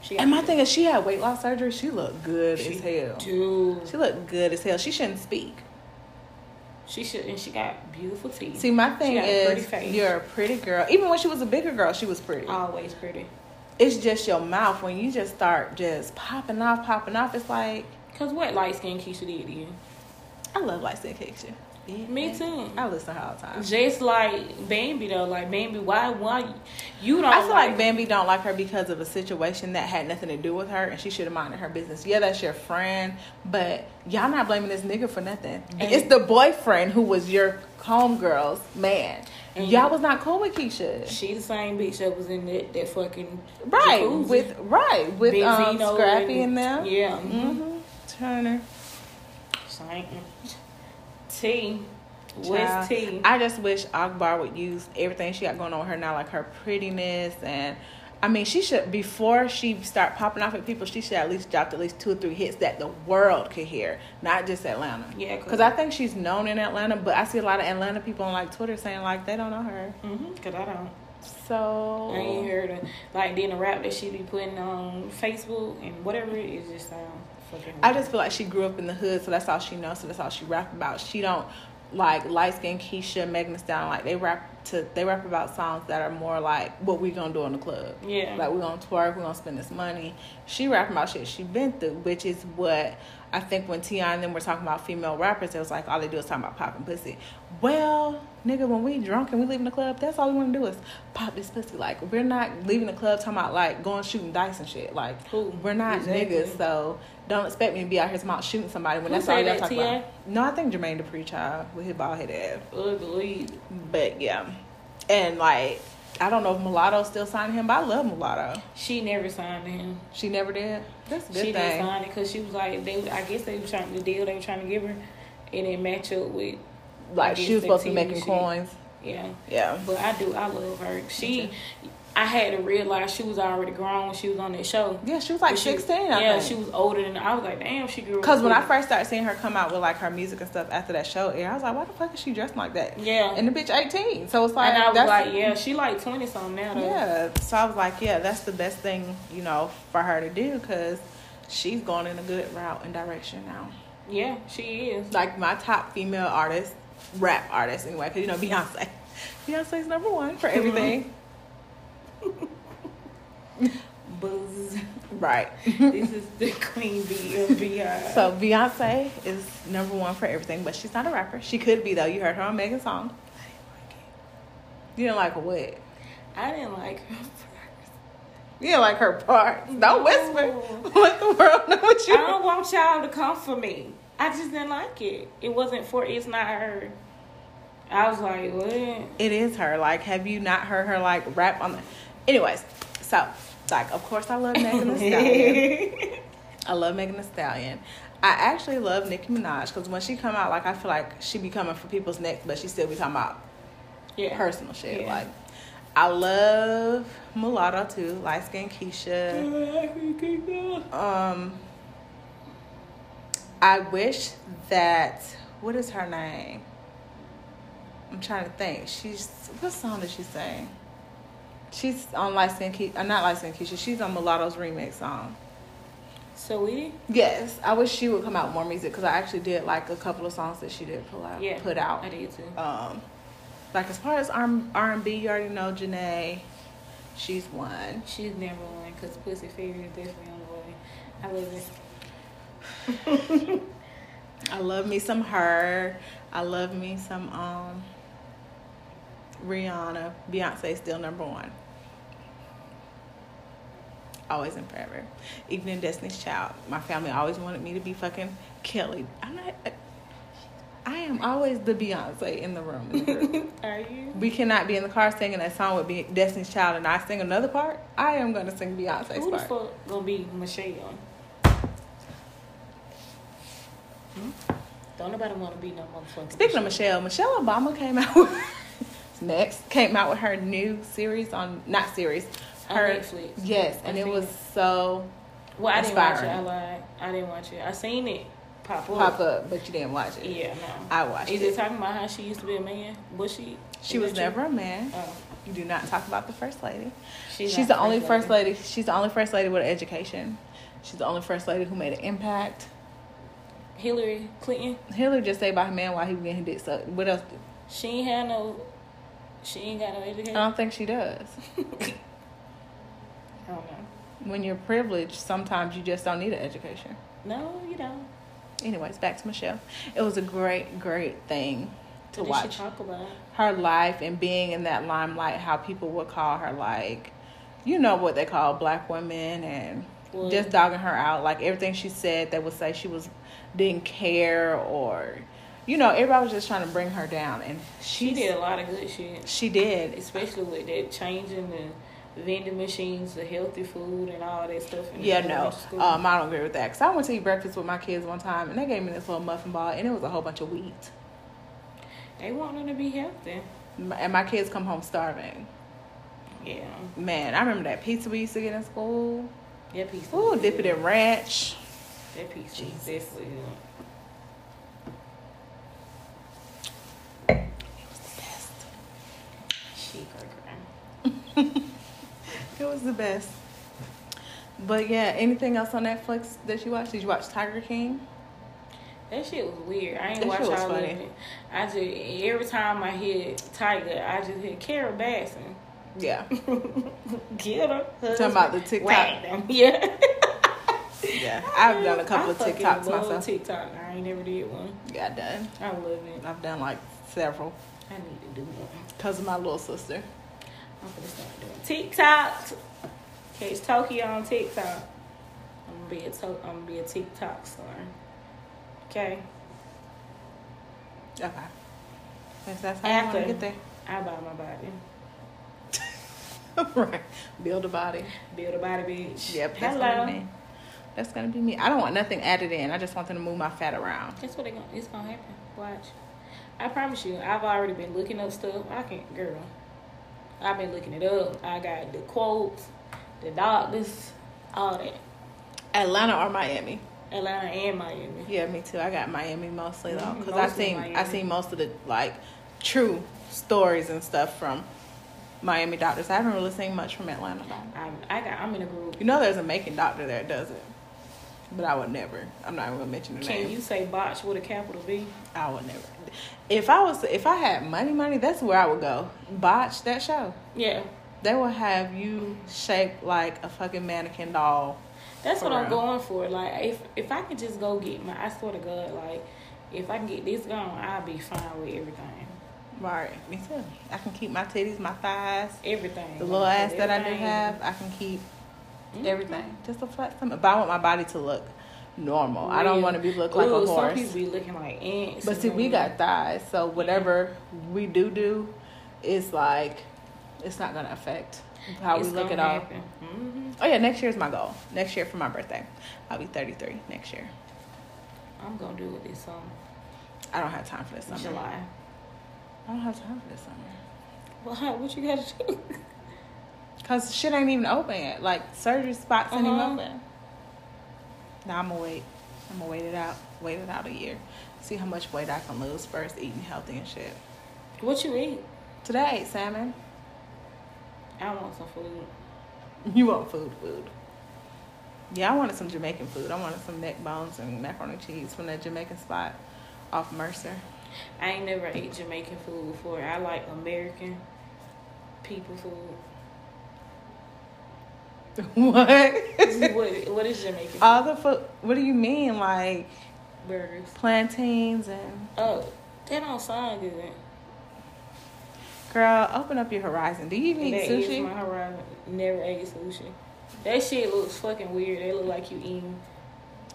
Speaker 2: She
Speaker 1: And my
Speaker 2: beat
Speaker 1: thing is, she had weight loss surgery. She looked good
Speaker 2: up. She
Speaker 1: as hell.
Speaker 2: do.
Speaker 1: She looked good as hell. She shouldn't speak.
Speaker 2: She should, and she got beautiful teeth.
Speaker 1: See, my thing
Speaker 2: got a pretty
Speaker 1: is,
Speaker 2: face. Oh,
Speaker 1: you're a pretty girl. Even when she was a bigger girl, she was pretty.
Speaker 2: Always pretty.
Speaker 1: It's just your mouth. When you just start just popping off, popping off, it's like,
Speaker 2: Cause what light skin Keisha did to you?
Speaker 1: I love light skin Keisha.
Speaker 2: Me too.
Speaker 1: I listen to her all the time.
Speaker 2: Just like Bambi though, like Bambi, why, why you don't?
Speaker 1: I feel like Bambi don't like her because of a situation that had nothing to do with her, and she should have minded her business. Yeah, that's your friend, but y'all not blaming this nigga for nothing.
Speaker 2: And-
Speaker 1: it's the boyfriend who was your homegirl's man.
Speaker 2: And-
Speaker 1: y'all was not cool with Keisha,
Speaker 2: She the same bitch that was in that, that fucking
Speaker 1: right?
Speaker 2: jacuzzi.
Speaker 1: With right with um,
Speaker 2: Benzino
Speaker 1: Scrappy and them.
Speaker 2: Yeah. Mm-hmm.
Speaker 1: hmm Turner.
Speaker 2: Same. T.
Speaker 1: Child.
Speaker 2: What's T?
Speaker 1: I just wish Akbar would use everything she got going on with her now, like her prettiness and. I mean, she should before she start popping off at people. She should at least drop at least two or three hits that the world could hear, not just Atlanta.
Speaker 2: Yeah, 'cause-
Speaker 1: because I think she's known in Atlanta, but I see a lot of Atlanta people on like Twitter saying like they don't know her.
Speaker 2: Mm-hmm, Cause I don't.
Speaker 1: So
Speaker 2: I ain't heard of like then the rap that she be putting on Facebook and whatever it is just sounds fucking.
Speaker 1: I
Speaker 2: weird.
Speaker 1: just feel like she grew up in the hood, so that's all she knows. So that's all she rap about. She don't like light skin Keisha, Megan Thee Stallion. Like they rap to they rap about songs that are more like what we gonna do in the club.
Speaker 2: yeah.
Speaker 1: Like we gonna twerk, we gonna spend this money. She rapping about shit she been through, which is what I think when Ti and them were talking about female rappers, it was like all they do is talk about popping pussy. Well, nigga, when we drunk and we leaving the club, that's all we wanna do is pop this pussy. Like we're not leaving the club talking about like going shooting dice and shit. Like
Speaker 2: Who?
Speaker 1: we're not
Speaker 2: Exactly.
Speaker 1: niggas, so don't expect me to be out here smart shooting somebody when
Speaker 2: Who
Speaker 1: that's all
Speaker 2: say
Speaker 1: y'all
Speaker 2: that,
Speaker 1: talk
Speaker 2: T.I.?
Speaker 1: about. No, I think Jermaine Dupri child with his bald head ass.
Speaker 2: ugly.
Speaker 1: But yeah, and like I don't know if Mulatto still signed him, but I love Mulatto.
Speaker 2: She never signed to him.
Speaker 1: She never did. That's a good
Speaker 2: she didn't
Speaker 1: thing.
Speaker 2: sign it because she was like they. I guess they were trying the deal they were trying to give her, it didn't match up with.
Speaker 1: Like she was
Speaker 2: Against
Speaker 1: supposed to be
Speaker 2: the TV
Speaker 1: making
Speaker 2: shit.
Speaker 1: coins.
Speaker 2: Yeah,
Speaker 1: Yeah.
Speaker 2: but I do. I love her. She, I had to realize she was already grown. when She was on that show.
Speaker 1: Yeah, she was like
Speaker 2: But she-
Speaker 1: sixteen. I
Speaker 2: yeah,
Speaker 1: think.
Speaker 2: she was older than I was like, damn, she grew. up
Speaker 1: Cause when I
Speaker 2: quick.
Speaker 1: first started seeing her come out with like her music and stuff after that show air, I was like, why the fuck is she dressed like that?
Speaker 2: yeah, and,
Speaker 1: And the bitch eighteen, so it's like
Speaker 2: I was
Speaker 1: that's
Speaker 2: like, yeah, she like twenty something now. Though.
Speaker 1: yeah. So I was like, yeah, that's the best thing you know for her to do because she's going in a good route and direction now.
Speaker 2: yeah, she is.
Speaker 1: like my top female artist, rap artist anyway, because you know Beyonce. Beyonce's number one for
Speaker 2: Mm-hmm.
Speaker 1: everything.
Speaker 2: Buzz.
Speaker 1: right.
Speaker 2: this is the queen bee of BI.
Speaker 1: So Beyonce is number one for everything, but she's not a rapper. She could be though. You heard her on Megan's song. You didn't like what?
Speaker 2: I didn't like her. first.
Speaker 1: You didn't like her parts. Don't whisper.
Speaker 2: No.
Speaker 1: What the world know what
Speaker 2: Oh. I
Speaker 1: you
Speaker 2: don't want y'all to come for me. I just didn't like it. It wasn't for it's not her. I was like, what?
Speaker 1: It is her. Like, have you not heard her like rap on the anyways, so like of course I love Megan Thee Stallion. I love Megan Thee Stallion. I actually love Nicki Minaj because when she come out, like I feel like she be coming for people's necks, but she still be talking about
Speaker 2: yeah.
Speaker 1: personal shit.
Speaker 2: Yeah.
Speaker 1: Like I love Mulatto too, light skin Keisha.
Speaker 2: Mm-hmm.
Speaker 1: Um, I wish that what is her name? I'm trying to think. She's what song did she sing? She's on light skin Keisha, uh, not light skin Keisha. She's on Mulatto's remix song.
Speaker 2: So we
Speaker 1: Yes, I wish she would come out with more music because I actually did like a couple of songs that she did pull out,
Speaker 2: yeah
Speaker 1: put out.
Speaker 2: I did too.
Speaker 1: Um, like as far as R and B, you already know Janae, she's one.
Speaker 2: She's never one because pussy fairy is definitely on the way. I love it.
Speaker 1: I love me some her. I love me some um Rihanna. Beyonce still number one. Always and forever. Even in Destiny's Child, my family always wanted me to be fucking Kelly. I'm not. I am always the Beyonce in the room. In the group.
Speaker 2: Are you?
Speaker 1: we cannot be in the car singing that song with Be- Destiny's Child and I sing another part, I am going to sing Beyonce's
Speaker 2: Who the
Speaker 1: part.
Speaker 2: fuck gonna be Michelle? Hmm? Don't nobody want to be no motherfucker.
Speaker 1: Speaking of Michelle, Michelle Obama came out with, next came out with her new series on not series,
Speaker 2: on
Speaker 1: her
Speaker 2: Netflix.
Speaker 1: yes, and
Speaker 2: I
Speaker 1: it
Speaker 2: seen
Speaker 1: was
Speaker 2: it.
Speaker 1: so
Speaker 2: Well, I didn't watch it. I
Speaker 1: Inspiring.
Speaker 2: lied. I didn't watch it. I seen it. pop up.
Speaker 1: pop up, but you didn't watch it.
Speaker 2: Yeah, no.
Speaker 1: I watched
Speaker 2: Is
Speaker 1: it.
Speaker 2: it talking about how she used to be a man? Was she?
Speaker 1: She was
Speaker 2: that you?
Speaker 1: never a man.
Speaker 2: Oh,
Speaker 1: You do not talk about the first lady.
Speaker 2: she's
Speaker 1: she's
Speaker 2: not
Speaker 1: the only first lady. She's the only first lady with an education. She's the only first lady who made an impact.
Speaker 2: Hillary Clinton.
Speaker 1: Hillary just stayed by her man while he was getting his dick sucked. What else?
Speaker 2: She ain't had no. She ain't got no
Speaker 1: I
Speaker 2: education.
Speaker 1: don't think she does.
Speaker 2: I don't know.
Speaker 1: When you're privileged, sometimes you just don't need an education.
Speaker 2: No, you don't.
Speaker 1: Anyways, back to Michelle. It was a great, great thing to
Speaker 2: What did
Speaker 1: watch.
Speaker 2: she talk about?
Speaker 1: her life and being in that limelight, how people would call her like, you know what they call black women and
Speaker 2: Well,
Speaker 1: just dogging her out. Like everything she said, they would say she was didn't care or, you know, everybody was just trying to bring her down. And she,
Speaker 2: she did a lot of good shit,
Speaker 1: She did.
Speaker 2: especially with that changing the vending machines, the healthy food, and all that stuff. In the
Speaker 1: Yeah,
Speaker 2: elementary
Speaker 1: no,
Speaker 2: school.
Speaker 1: um, I don't agree with that. Cause I went to eat breakfast with my kids one time, and they gave me this little muffin ball, and it was a whole bunch of wheat.
Speaker 2: they want them to be healthy.
Speaker 1: M- And my kids come home starving.
Speaker 2: Yeah,
Speaker 1: Man, I remember that pizza we used to get in school.
Speaker 2: that piece.
Speaker 1: Ooh, dip it in ranch.
Speaker 2: That piece.
Speaker 1: Jesus.
Speaker 2: That's good. She great, great.
Speaker 1: It was the best. But yeah, anything else on Netflix that you watched? Did you watch Tiger King?
Speaker 2: That shit was weird. I ain't
Speaker 1: That
Speaker 2: watch
Speaker 1: shit was
Speaker 2: all of
Speaker 1: funny.
Speaker 2: it. I just every time I hear Tiger, I just hear Carol Baskin.
Speaker 1: Yeah.
Speaker 2: Get her.
Speaker 1: Talking about the TikTok.
Speaker 2: Whack them. Yeah.
Speaker 1: Yeah. I've done a couple
Speaker 2: I
Speaker 1: of
Speaker 2: fucking
Speaker 1: TikToks
Speaker 2: love
Speaker 1: myself.
Speaker 2: TikTok. I ain't never did one.
Speaker 1: yeah, I've done.
Speaker 2: I love it.
Speaker 1: I've done like several
Speaker 2: I need to do one.
Speaker 1: because of my little sister.
Speaker 2: I'm gonna start doing TikToks. Catch Tokyo on TikTok. I'm gonna be a to- I'm gonna be a TikTok star. Okay,
Speaker 1: Okay. That's, that's how I want to
Speaker 2: After.
Speaker 1: get there.
Speaker 2: I buy my body.
Speaker 1: right. Build a body.
Speaker 2: Build a body, bitch.
Speaker 1: Yep. That's
Speaker 2: Hello.
Speaker 1: Gonna be me. That's going to be me. I don't want nothing added in. I just want them to move my fat around.
Speaker 2: That's what it gon- it's gonna happen. Watch. I promise you, I've already been looking up stuff. I can't, girl. I've been looking it up. I got the quotes, the doctors, all that.
Speaker 1: Atlanta or Miami?
Speaker 2: Atlanta and Miami.
Speaker 1: Yeah, me too. I got Miami mostly though,
Speaker 2: Mhm,
Speaker 1: because I
Speaker 2: mostly
Speaker 1: seen I
Speaker 2: Miami.
Speaker 1: seen most of the like true stories and stuff from Miami doctors. I haven't really seen much from Atlanta. Though.
Speaker 2: I, I got. I'm in a group.
Speaker 1: You know, there's a Macon doctor that does it, but I would never. I'm not even gonna mention the
Speaker 2: Can
Speaker 1: name.
Speaker 2: you say botch with a capital B?
Speaker 1: I would never. If I was, if I had money, money, that's where I would go. Botch that show.
Speaker 2: Yeah.
Speaker 1: They will have you shaped like a fucking mannequin doll.
Speaker 2: That's what I'm
Speaker 1: For real.
Speaker 2: going for. Like if if I could just go get my I swear to God, like if I can get this gone, I'll be fine with everything.
Speaker 1: Right, me too. I can keep my titties, my thighs,
Speaker 2: Everything.
Speaker 1: the little
Speaker 2: Like,
Speaker 1: ass that I do
Speaker 2: everything.
Speaker 1: have. I can keep.
Speaker 2: Mhm.
Speaker 1: everything. Just a flat stomach. But I want my body to look normal. I don't
Speaker 2: Real.
Speaker 1: want to be look like
Speaker 2: Ooh,
Speaker 1: a
Speaker 2: Some
Speaker 1: horse.
Speaker 2: people be looking like ants.
Speaker 1: But
Speaker 2: and
Speaker 1: see, we
Speaker 2: shit.
Speaker 1: got thighs, so whatever we do do, it's like it's not gonna affect how
Speaker 2: It's
Speaker 1: we look
Speaker 2: gonna
Speaker 1: at all.
Speaker 2: happen. Mhm.
Speaker 1: Oh yeah, next year is my goal. Next year for my birthday, I'll be 33 next year.
Speaker 2: I'm gonna do it this summer,
Speaker 1: I don't have time for this summer.
Speaker 2: July.
Speaker 1: I don't have time for this summer.
Speaker 2: Well, huh, what you gotta do?
Speaker 1: Cause shit ain't even open yet. Like surgery spots ain't
Speaker 2: Uh-huh.
Speaker 1: even open. Now I'm gonna wait. I'm gonna wait it out. Wait it out a year. See how much weight I can lose first, eating healthy and shit.
Speaker 2: What you eat?
Speaker 1: Today I ate salmon.
Speaker 2: I want some food.
Speaker 1: You want food, food. Yeah, I wanted some Jamaican food. I wanted some neck bones and macaroni and cheese from that Jamaican spot off Mercer.
Speaker 2: I ain't never ate Jamaican food before. I like American people food.
Speaker 1: what?
Speaker 2: what, what is Jamaican? Food?
Speaker 1: All the food. What do you mean, like
Speaker 2: Burgers.
Speaker 1: plantains and
Speaker 2: Oh, that don't sound good.
Speaker 1: girl? Open up your horizon. Do you even eat
Speaker 2: That is my
Speaker 1: sushi?
Speaker 2: horizon. Never ate sushi. That shit looks fucking weird. They look like you eating.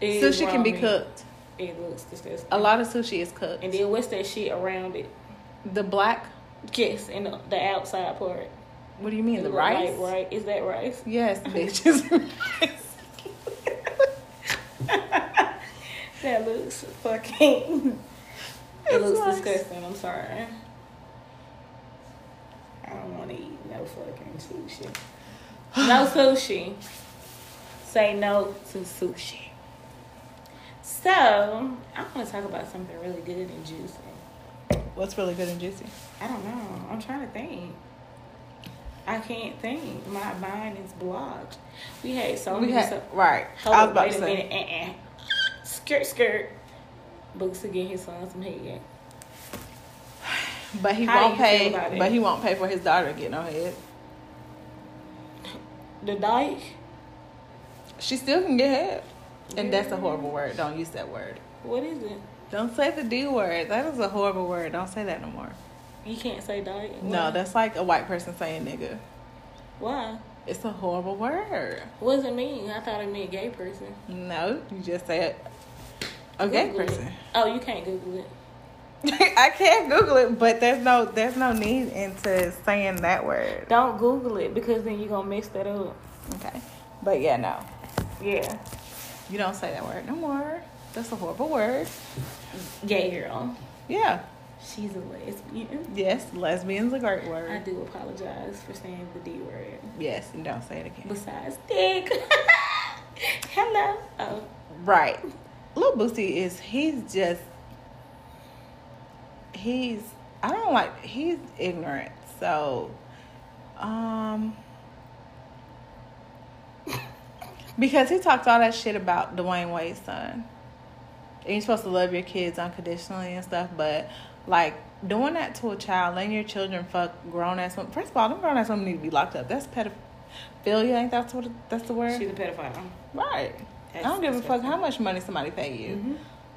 Speaker 2: egg
Speaker 1: Sushi can be
Speaker 2: ramen.
Speaker 1: cooked.
Speaker 2: It looks disgusting.
Speaker 1: A lot of sushi is cooked.
Speaker 2: And then what's that shit around it?
Speaker 1: the black.
Speaker 2: Yes, and the, the outside part.
Speaker 1: What do you mean?
Speaker 2: It
Speaker 1: The
Speaker 2: look like
Speaker 1: rice.
Speaker 2: right? Is that rice?
Speaker 1: Yes, bitches.
Speaker 2: That looks fucking. it
Speaker 1: It's
Speaker 2: looks
Speaker 1: rice.
Speaker 2: disgusting. I'm sorry. I don't want to eat no fucking sushi. No sushi. Say no to sushi. So I want to talk about something really good and juicy.
Speaker 1: What's really good and juicy?
Speaker 2: I don't know. I'm trying to think. I can't think. My mind is blocked. We had so
Speaker 1: we
Speaker 2: many.
Speaker 1: had
Speaker 2: so-
Speaker 1: right.
Speaker 2: Hold
Speaker 1: I was
Speaker 2: up,
Speaker 1: about
Speaker 2: wait
Speaker 1: to
Speaker 2: a
Speaker 1: say.
Speaker 2: minute. Uh-uh. Skirt, skirt. Books to get his son some head.
Speaker 1: But he
Speaker 2: How do
Speaker 1: won't
Speaker 2: you feel
Speaker 1: pay.
Speaker 2: about it?
Speaker 1: But he won't pay for his daughter getting her head.
Speaker 2: The dyke.
Speaker 1: She still can get head, and that's a horrible word. Don't use that word.
Speaker 2: What is it?
Speaker 1: Don't say the D word. That is a horrible word. Don't say that no more.
Speaker 2: You can't say dyke. Why?
Speaker 1: No, that's like a white person saying nigga.
Speaker 2: why.
Speaker 1: It's a horrible word.
Speaker 2: What does it mean? I thought it meant gay person.
Speaker 1: No, you just say it. A gay
Speaker 2: Google it.
Speaker 1: person.
Speaker 2: Oh, you can't Google it.
Speaker 1: I can't Google it, but there's no there's no need into saying that word.
Speaker 2: Don't Google it because then you're gonna mess that up.
Speaker 1: Okay, but yeah, no,
Speaker 2: Yeah.
Speaker 1: you don't say that word no more. That's a horrible word.
Speaker 2: Gay girl.
Speaker 1: Yeah.
Speaker 2: She's a lesbian.
Speaker 1: Yes, lesbian's a great
Speaker 2: I
Speaker 1: word.
Speaker 2: do apologize for saying the D word.
Speaker 1: Yes, and don't say it again.
Speaker 2: Besides dick. Hello. Oh.
Speaker 1: Right. Lil Boosie is he's just he's I don't like he's ignorant. So um because he talked all that shit about Dwayne Wade's son. And you're supposed to love your kids unconditionally and stuff, but like doing that to a child, letting your children fuck grown ass women. First of all, them grown ass women need to be locked up. That's pedophilia. Ain't that's what it- that's the word?
Speaker 2: She's a pedophile.
Speaker 1: Right. I don't give a fuck how much money somebody pay you.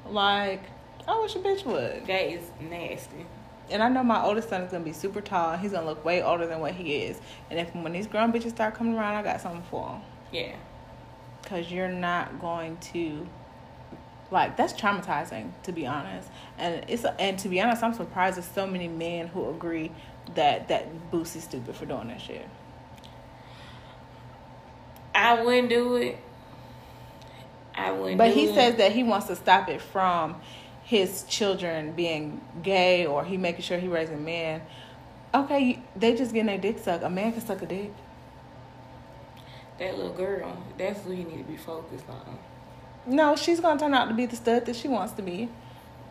Speaker 2: Mhm.
Speaker 1: Like, I wish a bitch would.
Speaker 2: That is nasty.
Speaker 1: And I know my oldest son is gonna be super tall. He's gonna look way older than what he is. And if when these grown bitches start coming around, I got something for him.
Speaker 2: Yeah.
Speaker 1: Cause you're not going to, like, that's traumatizing to be honest. And it's and to be honest, I'm surprised there's so many men who agree that that Boosie's stupid for doing that shit.
Speaker 2: I wouldn't do it. I wouldn't
Speaker 1: But
Speaker 2: do
Speaker 1: he
Speaker 2: it.
Speaker 1: says that he wants to stop it from his children being gay or he making sure he raising men. Okay, you- they just getting their dick sucked. A man can suck a dick.
Speaker 2: that little girl, that's who you need to be focused on.
Speaker 1: No, she's gonna turn out to be the stud that she wants to be.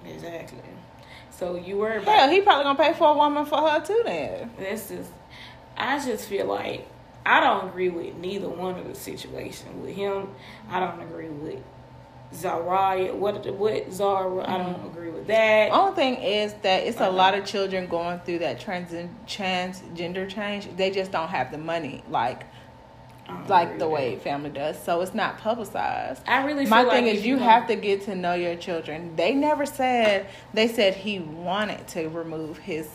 Speaker 2: Exactly. So you worry about
Speaker 1: Hell, he probably gonna pay for a woman for her too then.
Speaker 2: That's just, I just feel like I don't agree with neither one of the situation with him. I don't agree with Zariah. What what Zara? I
Speaker 1: Mm-hmm.
Speaker 2: don't agree with that.
Speaker 1: Only thing is that it's a lot of children going through that trans transgender change. They just don't have the money like
Speaker 2: I don't
Speaker 1: like
Speaker 2: agree
Speaker 1: the
Speaker 2: with
Speaker 1: Wade family does. So it's not publicized.
Speaker 2: that. I really. Feel
Speaker 1: My
Speaker 2: like
Speaker 1: thing
Speaker 2: if
Speaker 1: is, you
Speaker 2: gonna-
Speaker 1: have to get to know your children. They never said they said he wanted to remove his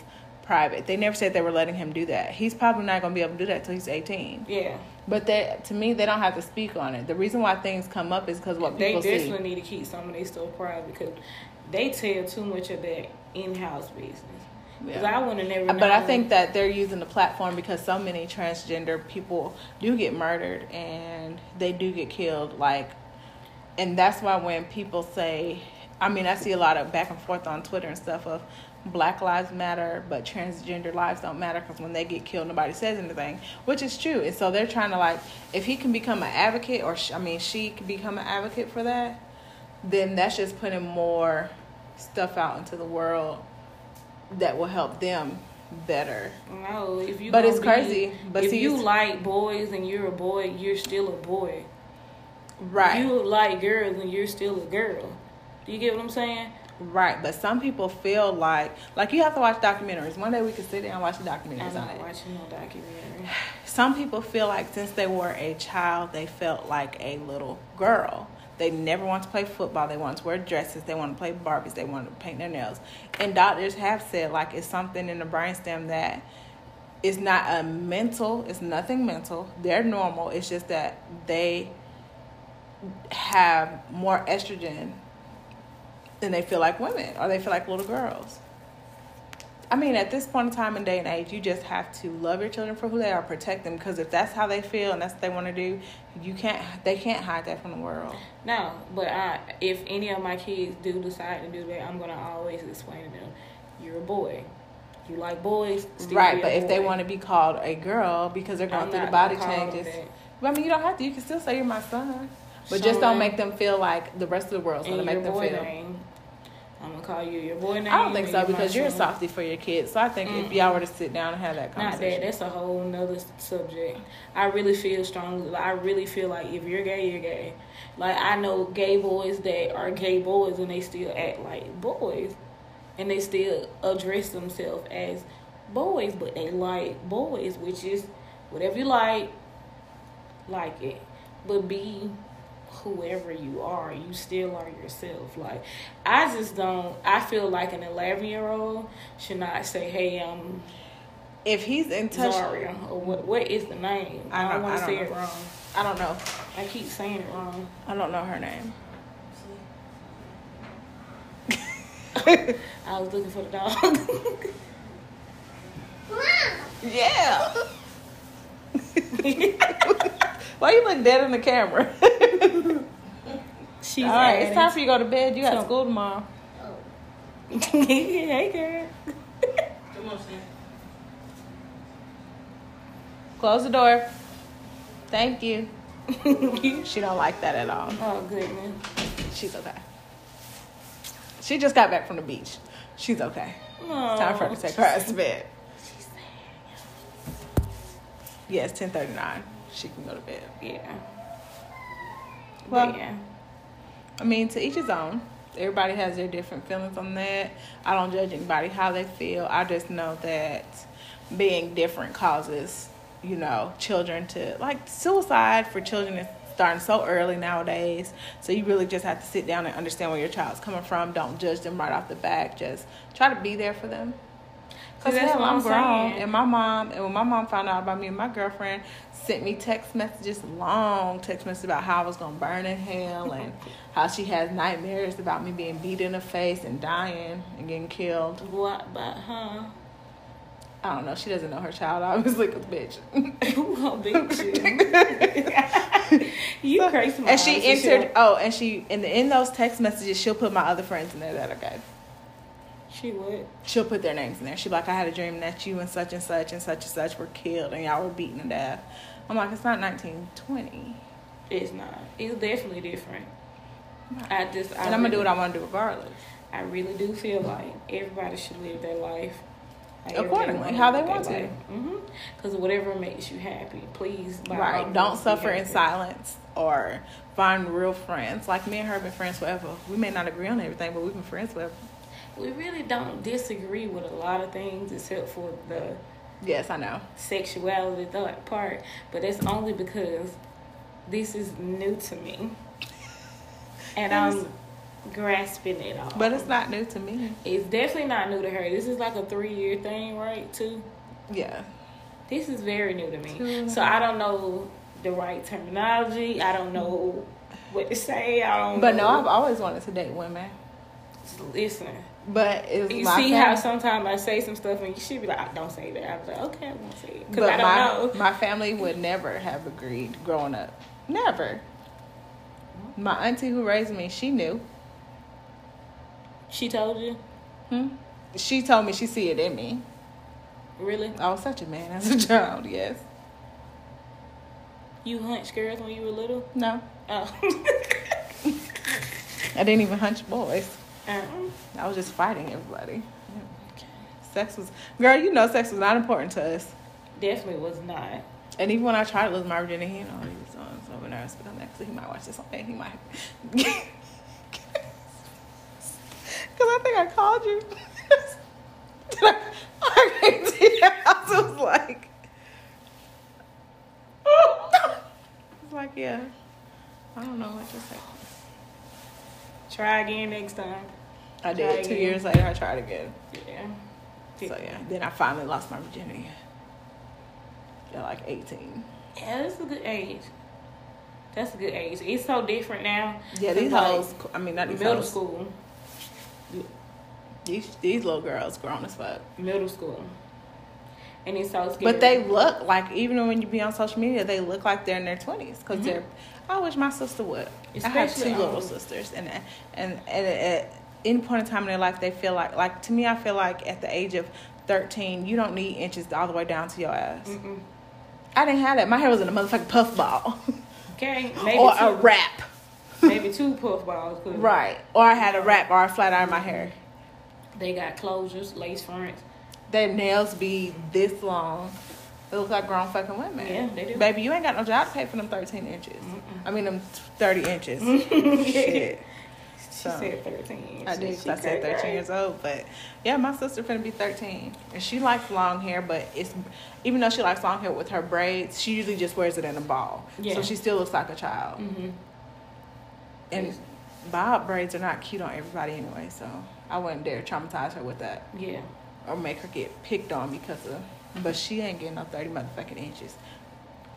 Speaker 1: private. They never said they were letting him do that. He's probably not going to be able to do that till he's eighteen.
Speaker 2: Yeah,
Speaker 1: But they, to me, they don't have to speak on it. The reason why things come up is because what
Speaker 2: they
Speaker 1: people
Speaker 2: definitely need
Speaker 1: see.
Speaker 2: to keep some of their stuff private because they tell too much of their in-house business. Because
Speaker 1: Yeah.
Speaker 2: I would have never.
Speaker 1: Uh, But I
Speaker 2: known.
Speaker 1: think that they're using the platform because so many transgender people do get murdered and they do get killed. Like, and that's why when people say, I mean, I see a lot of back and forth on Twitter and stuff of Black Lives Matter, but transgender lives don't matter because when they get killed, nobody says anything, which is true. And so they're trying to like, if he can become an advocate, or sh- I mean, she can become an advocate for that, then that's just putting more stuff out into the world that will help them better.
Speaker 2: No, if you.
Speaker 1: But
Speaker 2: gonna
Speaker 1: it's
Speaker 2: be-
Speaker 1: crazy. But
Speaker 2: if
Speaker 1: see,
Speaker 2: you
Speaker 1: it's-
Speaker 2: like boys and you're a boy, you're still a boy.
Speaker 1: Right.
Speaker 2: You like girls and you're still a girl. Do you get what I'm saying?
Speaker 1: Right, but some people feel like like you have to watch documentaries. One day we could sit down and watch the
Speaker 2: I'm
Speaker 1: documentaries on
Speaker 2: not
Speaker 1: it.
Speaker 2: watching no documentary.
Speaker 1: Some people feel like since they were a child, they felt like a little girl. They never want to play football. They want to wear dresses. They want to play Barbies. They want to paint their nails. And doctors have said like it's something in the brainstem that it's not a mental. It's nothing mental. They're normal. It's just that they have more estrogen than they feel like women or they feel like little girls. I mean, at this point in time and day and age, you just have to love your children for who they are, protect them, because if that's how they feel and that's what they want to do, you can't. They can't hide that from the world.
Speaker 2: No, but I, if any of my kids do decide to do that, I'm gonna always explain to them, you're a boy. You like boys, still
Speaker 1: right,
Speaker 2: be a
Speaker 1: but if they
Speaker 2: boy."
Speaker 1: want to be called a girl because they're going
Speaker 2: I'm
Speaker 1: through the
Speaker 2: not
Speaker 1: body
Speaker 2: gonna call them
Speaker 1: changes, Well, I mean, you don't have to. You can still say you're my son.
Speaker 2: that.
Speaker 1: But just don't
Speaker 2: Sean.
Speaker 1: make them feel like the rest of the world's gonna
Speaker 2: And
Speaker 1: make
Speaker 2: your
Speaker 1: them
Speaker 2: boy
Speaker 1: feel.
Speaker 2: name. I'm gonna call you your boy name.
Speaker 1: I don't think
Speaker 2: or
Speaker 1: so
Speaker 2: your
Speaker 1: because you're a
Speaker 2: muscle.
Speaker 1: softie for your kids. So I think if
Speaker 2: Mm-mm.
Speaker 1: y'all were to sit down and have that
Speaker 2: Not that.
Speaker 1: conversation,
Speaker 2: That's a whole nother s- subject. I really feel strongly. Like, I really feel like if you're gay, you're gay. Like I know gay boys that are gay boys and they still act like boys, and they still address themselves as boys, but they like boys, which is whatever you like, like it. But be whoever you are, you still are yourself. Like I just don't. I feel like an eleven year old should not say, "Hey, um."
Speaker 1: if he's in touch,
Speaker 2: Zaria, or what, what is the name?
Speaker 1: I
Speaker 2: I
Speaker 1: don't-
Speaker 2: don't, want to
Speaker 1: I don't
Speaker 2: say it
Speaker 1: know.
Speaker 2: wrong.
Speaker 1: I don't know.
Speaker 2: I keep saying it wrong.
Speaker 1: I don't know her name.
Speaker 2: I was looking for the dog.
Speaker 1: Yeah. Why you look dead in the camera?
Speaker 2: She's
Speaker 1: All right, it's time
Speaker 2: adding-
Speaker 1: for you to go to bed. You got
Speaker 2: So-
Speaker 1: school tomorrow.
Speaker 2: hey, girl.
Speaker 3: Come on, Sam.
Speaker 1: Close the door. Thank you. she don't like that at all.
Speaker 2: Oh goodness.
Speaker 1: She's okay. She just got back from the beach. She's okay.
Speaker 2: Oh.
Speaker 1: It's time for her to take her ass to bed. Yeah, it's ten thirty nine. She can go to bed.
Speaker 2: Yeah.
Speaker 1: Well-
Speaker 2: But yeah.
Speaker 1: I mean, to each his own. Everybody has their different feelings on that. I don't judge anybody how they feel. I just know that being different causes, you know, children to like suicide for children is starting so early nowadays. So you really just have to sit down and understand where your child's coming from. Don't judge them right off the back. Just try to be there for them. Cause
Speaker 2: See, that's
Speaker 1: hell,
Speaker 2: what
Speaker 1: I'm,
Speaker 2: I'm
Speaker 1: grown,
Speaker 2: saying.
Speaker 1: and my mom, and when my mom found out about me, my girlfriend sent me text messages, long text messages about how I was gonna burn in hell, and how she has nightmares about me being beat in the face and dying and getting killed.
Speaker 2: What? But huh?
Speaker 1: I don't know. She doesn't know her child. I was like a bitch,
Speaker 2: Who gonna beat you? you crazy.
Speaker 1: and she entered. Oh, and she in the in those text messages, she'll put my other friends in there that are gay.
Speaker 2: She would.
Speaker 1: She'll put their names in there. She be like, I had a dream that you and such and such and such and such were killed and y'all were beaten to death. I'm like, it's not 1920.
Speaker 2: It's not. It's definitely different. I just. I
Speaker 1: and I'm gonna do
Speaker 2: really-
Speaker 1: what I want to do regardless,
Speaker 2: I really do feel like everybody should live their life like
Speaker 1: Accordingly, how they want to.
Speaker 2: Because Mm-hmm. whatever makes you happy, please. by all
Speaker 1: right?
Speaker 2: means,
Speaker 1: Don't
Speaker 2: be
Speaker 1: suffer in
Speaker 2: happy.
Speaker 1: silence or find real friends. Like me and her been friends forever. We may not agree on everything, but we've been friends forever.
Speaker 2: We really don't disagree with a lot of things except for the
Speaker 1: Yes, I know.
Speaker 2: sexuality thought part, but that's only because this is new to me, and I'm grasping it all.
Speaker 1: But it's not new to me.
Speaker 2: it's definitely not new to her. This is like a three year thing, right? Too.
Speaker 1: Yeah.
Speaker 2: This is very new to me.
Speaker 1: Two.
Speaker 2: So I don't know the right terminology. I don't know what to say. I don't.
Speaker 1: But no, I've
Speaker 2: know.
Speaker 1: always wanted to date women.
Speaker 2: listen.
Speaker 1: But it's
Speaker 2: You
Speaker 1: my
Speaker 2: see
Speaker 1: family-
Speaker 2: how sometimes I say some stuff and she be like, "Don't say that." I'm like, "Okay, I won't say it," because I
Speaker 1: but
Speaker 2: don't
Speaker 1: my
Speaker 2: know.
Speaker 1: my family would never have agreed growing up. Never. My auntie who raised me, she knew.
Speaker 2: She told you,
Speaker 1: Hmm? She told me she see it in me.
Speaker 2: really?
Speaker 1: I was such a man as a child. Yes.
Speaker 2: You hunched girls when you were little?
Speaker 1: No.
Speaker 2: Oh.
Speaker 1: I didn't even hunch boys.
Speaker 2: Um,
Speaker 1: I was just fighting everybody. Sex was, girl, you know, sex was not important to us.
Speaker 2: Definitely was not.
Speaker 1: And even when I tried to lose my virginity, he knew all these songs. So when I was feeling that, 'cause he might watch this on and he might. Because I think I called you. Did I? I came to your house. I was like, it's like, yeah. I don't know what to say.
Speaker 2: Try again next time.
Speaker 1: I did. Two
Speaker 2: Try again.
Speaker 1: years later, I tried again.
Speaker 2: Yeah.
Speaker 1: So yeah, then I finally lost my virginity at like 18.
Speaker 2: Yeah, that's a good age. That's a good age. It's so different now.
Speaker 1: Yeah, these
Speaker 2: Like,
Speaker 1: hoes. I mean, not these
Speaker 2: middle
Speaker 1: hoes.
Speaker 2: school.
Speaker 1: These these little girls grown as fuck.
Speaker 2: Middle school. And it's so scary.
Speaker 1: But they look like even when you be on social media, they look like they're in their 20s because they're. I wish my sister would. I have two
Speaker 2: Especially,
Speaker 1: little
Speaker 2: um,
Speaker 1: sisters, and and and at any point in time in their life, they feel like like to me, I feel like at the age of 13, you don't need inches all the way down to your ass.
Speaker 2: Mm-mm.
Speaker 1: I didn't have that. My hair was in a motherfucking puffball
Speaker 2: Okay. Maybe
Speaker 1: or
Speaker 2: two,
Speaker 1: a wrap.
Speaker 2: Maybe two puff balls. 'cause
Speaker 1: Right. Or I had a wrap or a flat iron in my hair.
Speaker 2: They got closures, lace fronts.
Speaker 1: Their nails be this long. They look like grown fucking women.
Speaker 2: Yeah, they do.
Speaker 1: Baby, you ain't got no job to pay for them 13 inches. I mean, them 30 inches. Shit.
Speaker 2: She
Speaker 1: So,
Speaker 2: said 13.
Speaker 1: I
Speaker 2: She-
Speaker 1: did. 'cause
Speaker 2: she
Speaker 1: I said
Speaker 2: great,
Speaker 1: 13
Speaker 2: right?
Speaker 1: years old, but yeah, my sister finna be 13, and she likes long hair. But it's even though she likes long hair with her braids, she usually just wears it in a ball,
Speaker 2: Yeah.
Speaker 1: so she still looks like a child.
Speaker 2: Mhm.
Speaker 1: And bob braids are not cute on everybody anyway, so I wouldn't dare traumatize her with that
Speaker 2: Yeah.
Speaker 1: or make her get picked on because of. But she ain't getting no 30 motherfucking inches.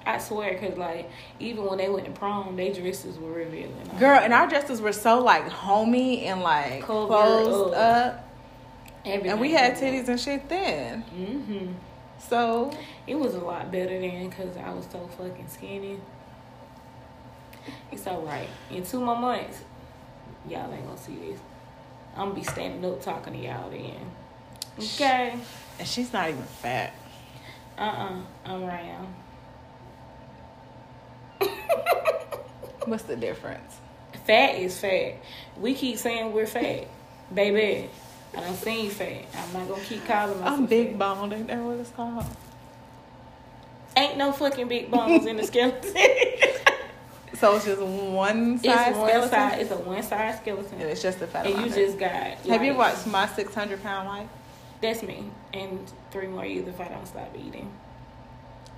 Speaker 2: I swear, because, like, even when they went to prom, they dresses were revealing.
Speaker 1: Girl, and our dresses were so like homey and like
Speaker 2: Covered
Speaker 1: closed
Speaker 2: up.
Speaker 1: up, and we had titties and shit then.
Speaker 2: Mm-hmm.
Speaker 1: So
Speaker 2: It was a lot better then because I was so fucking skinny. It's alright. In two more months, y'all ain't gonna see this. I'm gonna be standing up talking to y'all then. Okay.
Speaker 1: And she's not even fat.
Speaker 2: Uh uh-uh, uh. i am round.
Speaker 1: What's the difference?
Speaker 2: Fat is fat. We keep saying we're fat. Baby, I done seen fat. I'm not gonna keep calling myself.
Speaker 1: I'm big
Speaker 2: fat.
Speaker 1: boned. Ain't that what it's called?
Speaker 2: Ain't no fucking big bones in the skeleton.
Speaker 1: So it's just one size
Speaker 2: it's one
Speaker 1: skeleton,
Speaker 2: side. It's a one side skeleton.
Speaker 1: and it's just a fat.
Speaker 2: and you just got.
Speaker 1: have you
Speaker 2: like-
Speaker 1: watched My Six Hundred Pound Life?
Speaker 2: That's me. And three more years if I don't stop eating.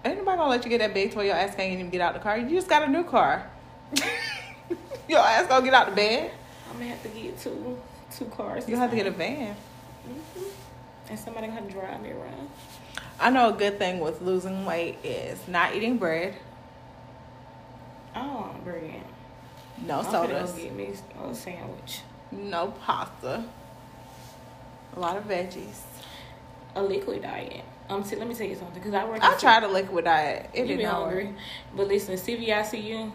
Speaker 1: Ain't nobody gonna let you get that big to where your ass can't even get out the car. You just got a new car. your ass gonna get out the bed.
Speaker 2: I'm gonna have to get two two cars.
Speaker 1: You have to get a van.
Speaker 2: and somebody gonna have to drive me around.
Speaker 1: I know a good thing with losing weight is not eating bread,
Speaker 2: I don't want bread.
Speaker 1: no
Speaker 2: I'm gonna
Speaker 1: sodas,
Speaker 2: go get me a sandwich.
Speaker 1: no pasta, a lot of veggies.
Speaker 2: A liquid diet. Um, see, let me tell you something. Cause I work.
Speaker 1: I
Speaker 2: at-
Speaker 1: tried a liquid diet. It
Speaker 2: you
Speaker 1: didn't
Speaker 2: be
Speaker 1: work.
Speaker 2: hungry. But listen, CVICU,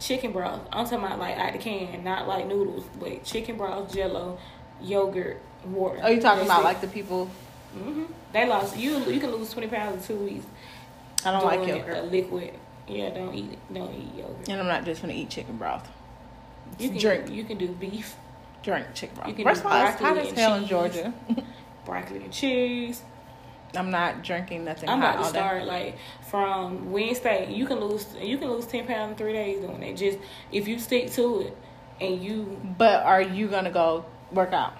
Speaker 2: chicken broth. I'm talking about like out the can, not like noodles, but chicken broth, jello, yogurt, water.
Speaker 1: Oh, you talking
Speaker 2: That's
Speaker 1: about
Speaker 2: it.
Speaker 1: like the people?
Speaker 2: hmm They lost. You you can lose twenty pounds in two weeks.
Speaker 1: I don't like
Speaker 2: doing A
Speaker 1: yogurt,
Speaker 2: liquid. Yeah, don't eat don't eat yogurt.
Speaker 1: and I'm not just gonna eat chicken broth.
Speaker 2: You can
Speaker 1: Drink.
Speaker 2: you can do beef,
Speaker 1: Drink chicken
Speaker 2: You
Speaker 1: broth.
Speaker 2: can
Speaker 1: First
Speaker 2: do
Speaker 1: of all, it's hot
Speaker 2: broccoli
Speaker 1: as
Speaker 2: and
Speaker 1: hell in
Speaker 2: cheese.
Speaker 1: Georgia.
Speaker 2: broccoli and cheese.
Speaker 1: I'm not drinking nothing
Speaker 2: I'm
Speaker 1: hot
Speaker 2: about to
Speaker 1: all day.
Speaker 2: start like from Wednesday. You can lose you can lose ten pounds in three days doing that. Just if you stick to it and you
Speaker 1: But are you gonna go work out?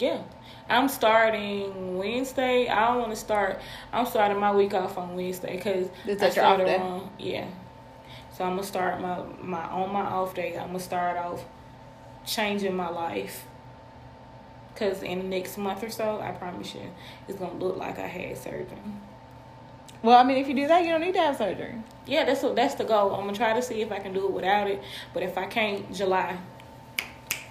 Speaker 2: yeah. I'm starting Wednesday. I don't want to start. I'm starting my week off on Wednesday because
Speaker 1: Is
Speaker 2: I
Speaker 1: that your off
Speaker 2: started
Speaker 1: day?
Speaker 2: on yeah. So I'm gonna start my my on my off day. I'm gonna start off changing my life. Cause in the next month or so, I promise you, it's gonna look like I had surgery.
Speaker 1: Well, I mean, if you do that, you don't need to have surgery.
Speaker 2: Yeah, that's what that's the goal. I'm gonna try to see if I can do it without it. But if I can't, July,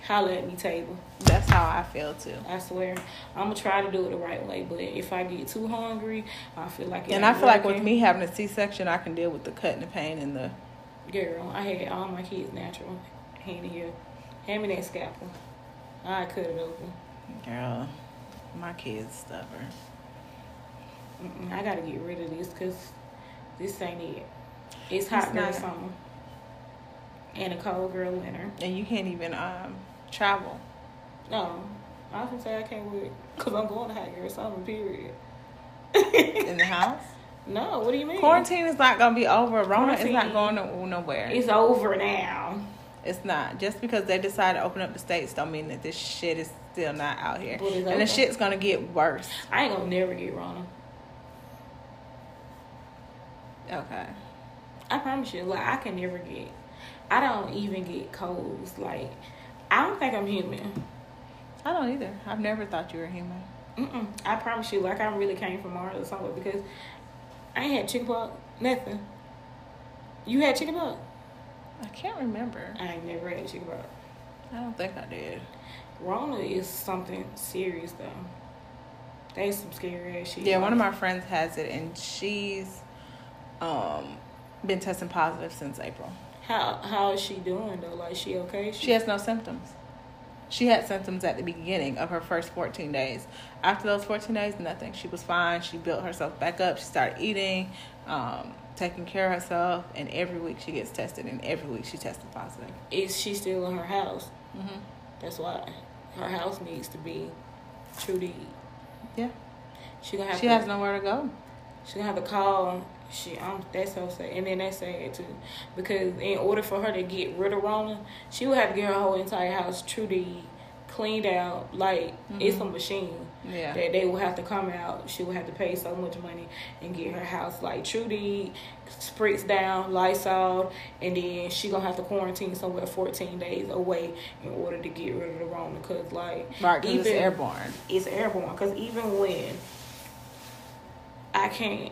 Speaker 2: holla at me, table.
Speaker 1: That's how I feel too.
Speaker 2: I swear, I'm gonna try to do it the right way. But if I get too hungry, I feel like it
Speaker 1: And I
Speaker 2: ain't
Speaker 1: feel like with
Speaker 2: working.
Speaker 1: me having a C-section, I can deal with the cut and the pain and the.
Speaker 2: girl, I had all my kids natural. Hand here, hand me that scalpel. I cut it open.
Speaker 1: Girl, my kids stubborn.
Speaker 2: Mm-mm, I gotta get rid of this because this ain't it. It's hot
Speaker 1: It's
Speaker 2: girl
Speaker 1: not.
Speaker 2: summer and a cold girl winter.
Speaker 1: And you can't even um travel.
Speaker 2: No, I often say I can't wait because I'm going to hot girl summer. Period.
Speaker 1: in the house.
Speaker 2: No, what do you mean?
Speaker 1: Quarantine is not gonna be over. Rona is
Speaker 2: Quarantine.
Speaker 1: not going to nowhere.
Speaker 2: It's over now.
Speaker 1: It's not. Just because they decide to open up the states don't mean that this shit is still not out here.
Speaker 2: Well, it's
Speaker 1: and
Speaker 2: over.
Speaker 1: the shit's gonna get worse.
Speaker 2: I ain't gonna never get Rona.
Speaker 1: Okay.
Speaker 2: I promise you, like I can never get. I don't even get colds. Like I don't think I'm human.
Speaker 1: I don't either. I've never thought you were human.
Speaker 2: Mm-mm. I promise you, like I really came from Mars or somewhere because I ain't had chickenpox, nothing. You had chickenpox?
Speaker 1: I can't remember.
Speaker 2: I ain't never had chickenpox.
Speaker 1: I don't think I did.
Speaker 2: Rona is something serious though. They some scary ass shit.
Speaker 1: Yeah, one of my friends has it and she's um been testing positive since April.
Speaker 2: How how is she doing though? Like she okay?
Speaker 1: She has no symptoms. She had symptoms at the beginning of her first 14 days. After those 14 days, nothing. She was fine. She built herself back up. She started eating. Um, taking care of herself, and every week she gets tested, and every week she tested positive.
Speaker 2: Is she still in her house?
Speaker 1: Mm-hmm.
Speaker 2: That's why her house needs to be Trudy.
Speaker 1: Yeah.
Speaker 2: She gonna have
Speaker 1: She
Speaker 2: to,
Speaker 1: has nowhere to go.
Speaker 2: She gonna have to call. She um that's so sad, and then that's sad too, because in order for her to get rid of Rona, she would have to get her whole entire house Trudy cleaned out. Like
Speaker 1: Mm-hmm.
Speaker 2: it's a machine
Speaker 1: Yeah.
Speaker 2: that they would have to come out. She would have to pay so much money and get her house like Trudy spritz down, Lysol, and then she gonna have to quarantine somewhere fourteen days away in order to get rid of the Rona. Cause like
Speaker 1: Right, 'cause it's
Speaker 2: even-
Speaker 1: airborne.
Speaker 2: it's airborne because even when I can't,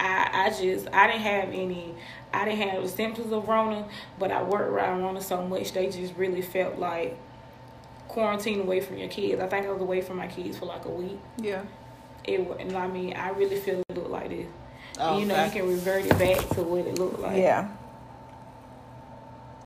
Speaker 2: I I just I didn't have any, I didn't have symptoms of Rona, but I worked around Rona so much they just really felt like quarantine away from your kids. I think I was away from my kids for like a week.
Speaker 1: Yeah.
Speaker 2: It wa- and I mean I really feel it looked like this.
Speaker 1: Oh,
Speaker 2: you know
Speaker 1: okay.
Speaker 2: you can revert it back to what it looked like.
Speaker 1: yeah.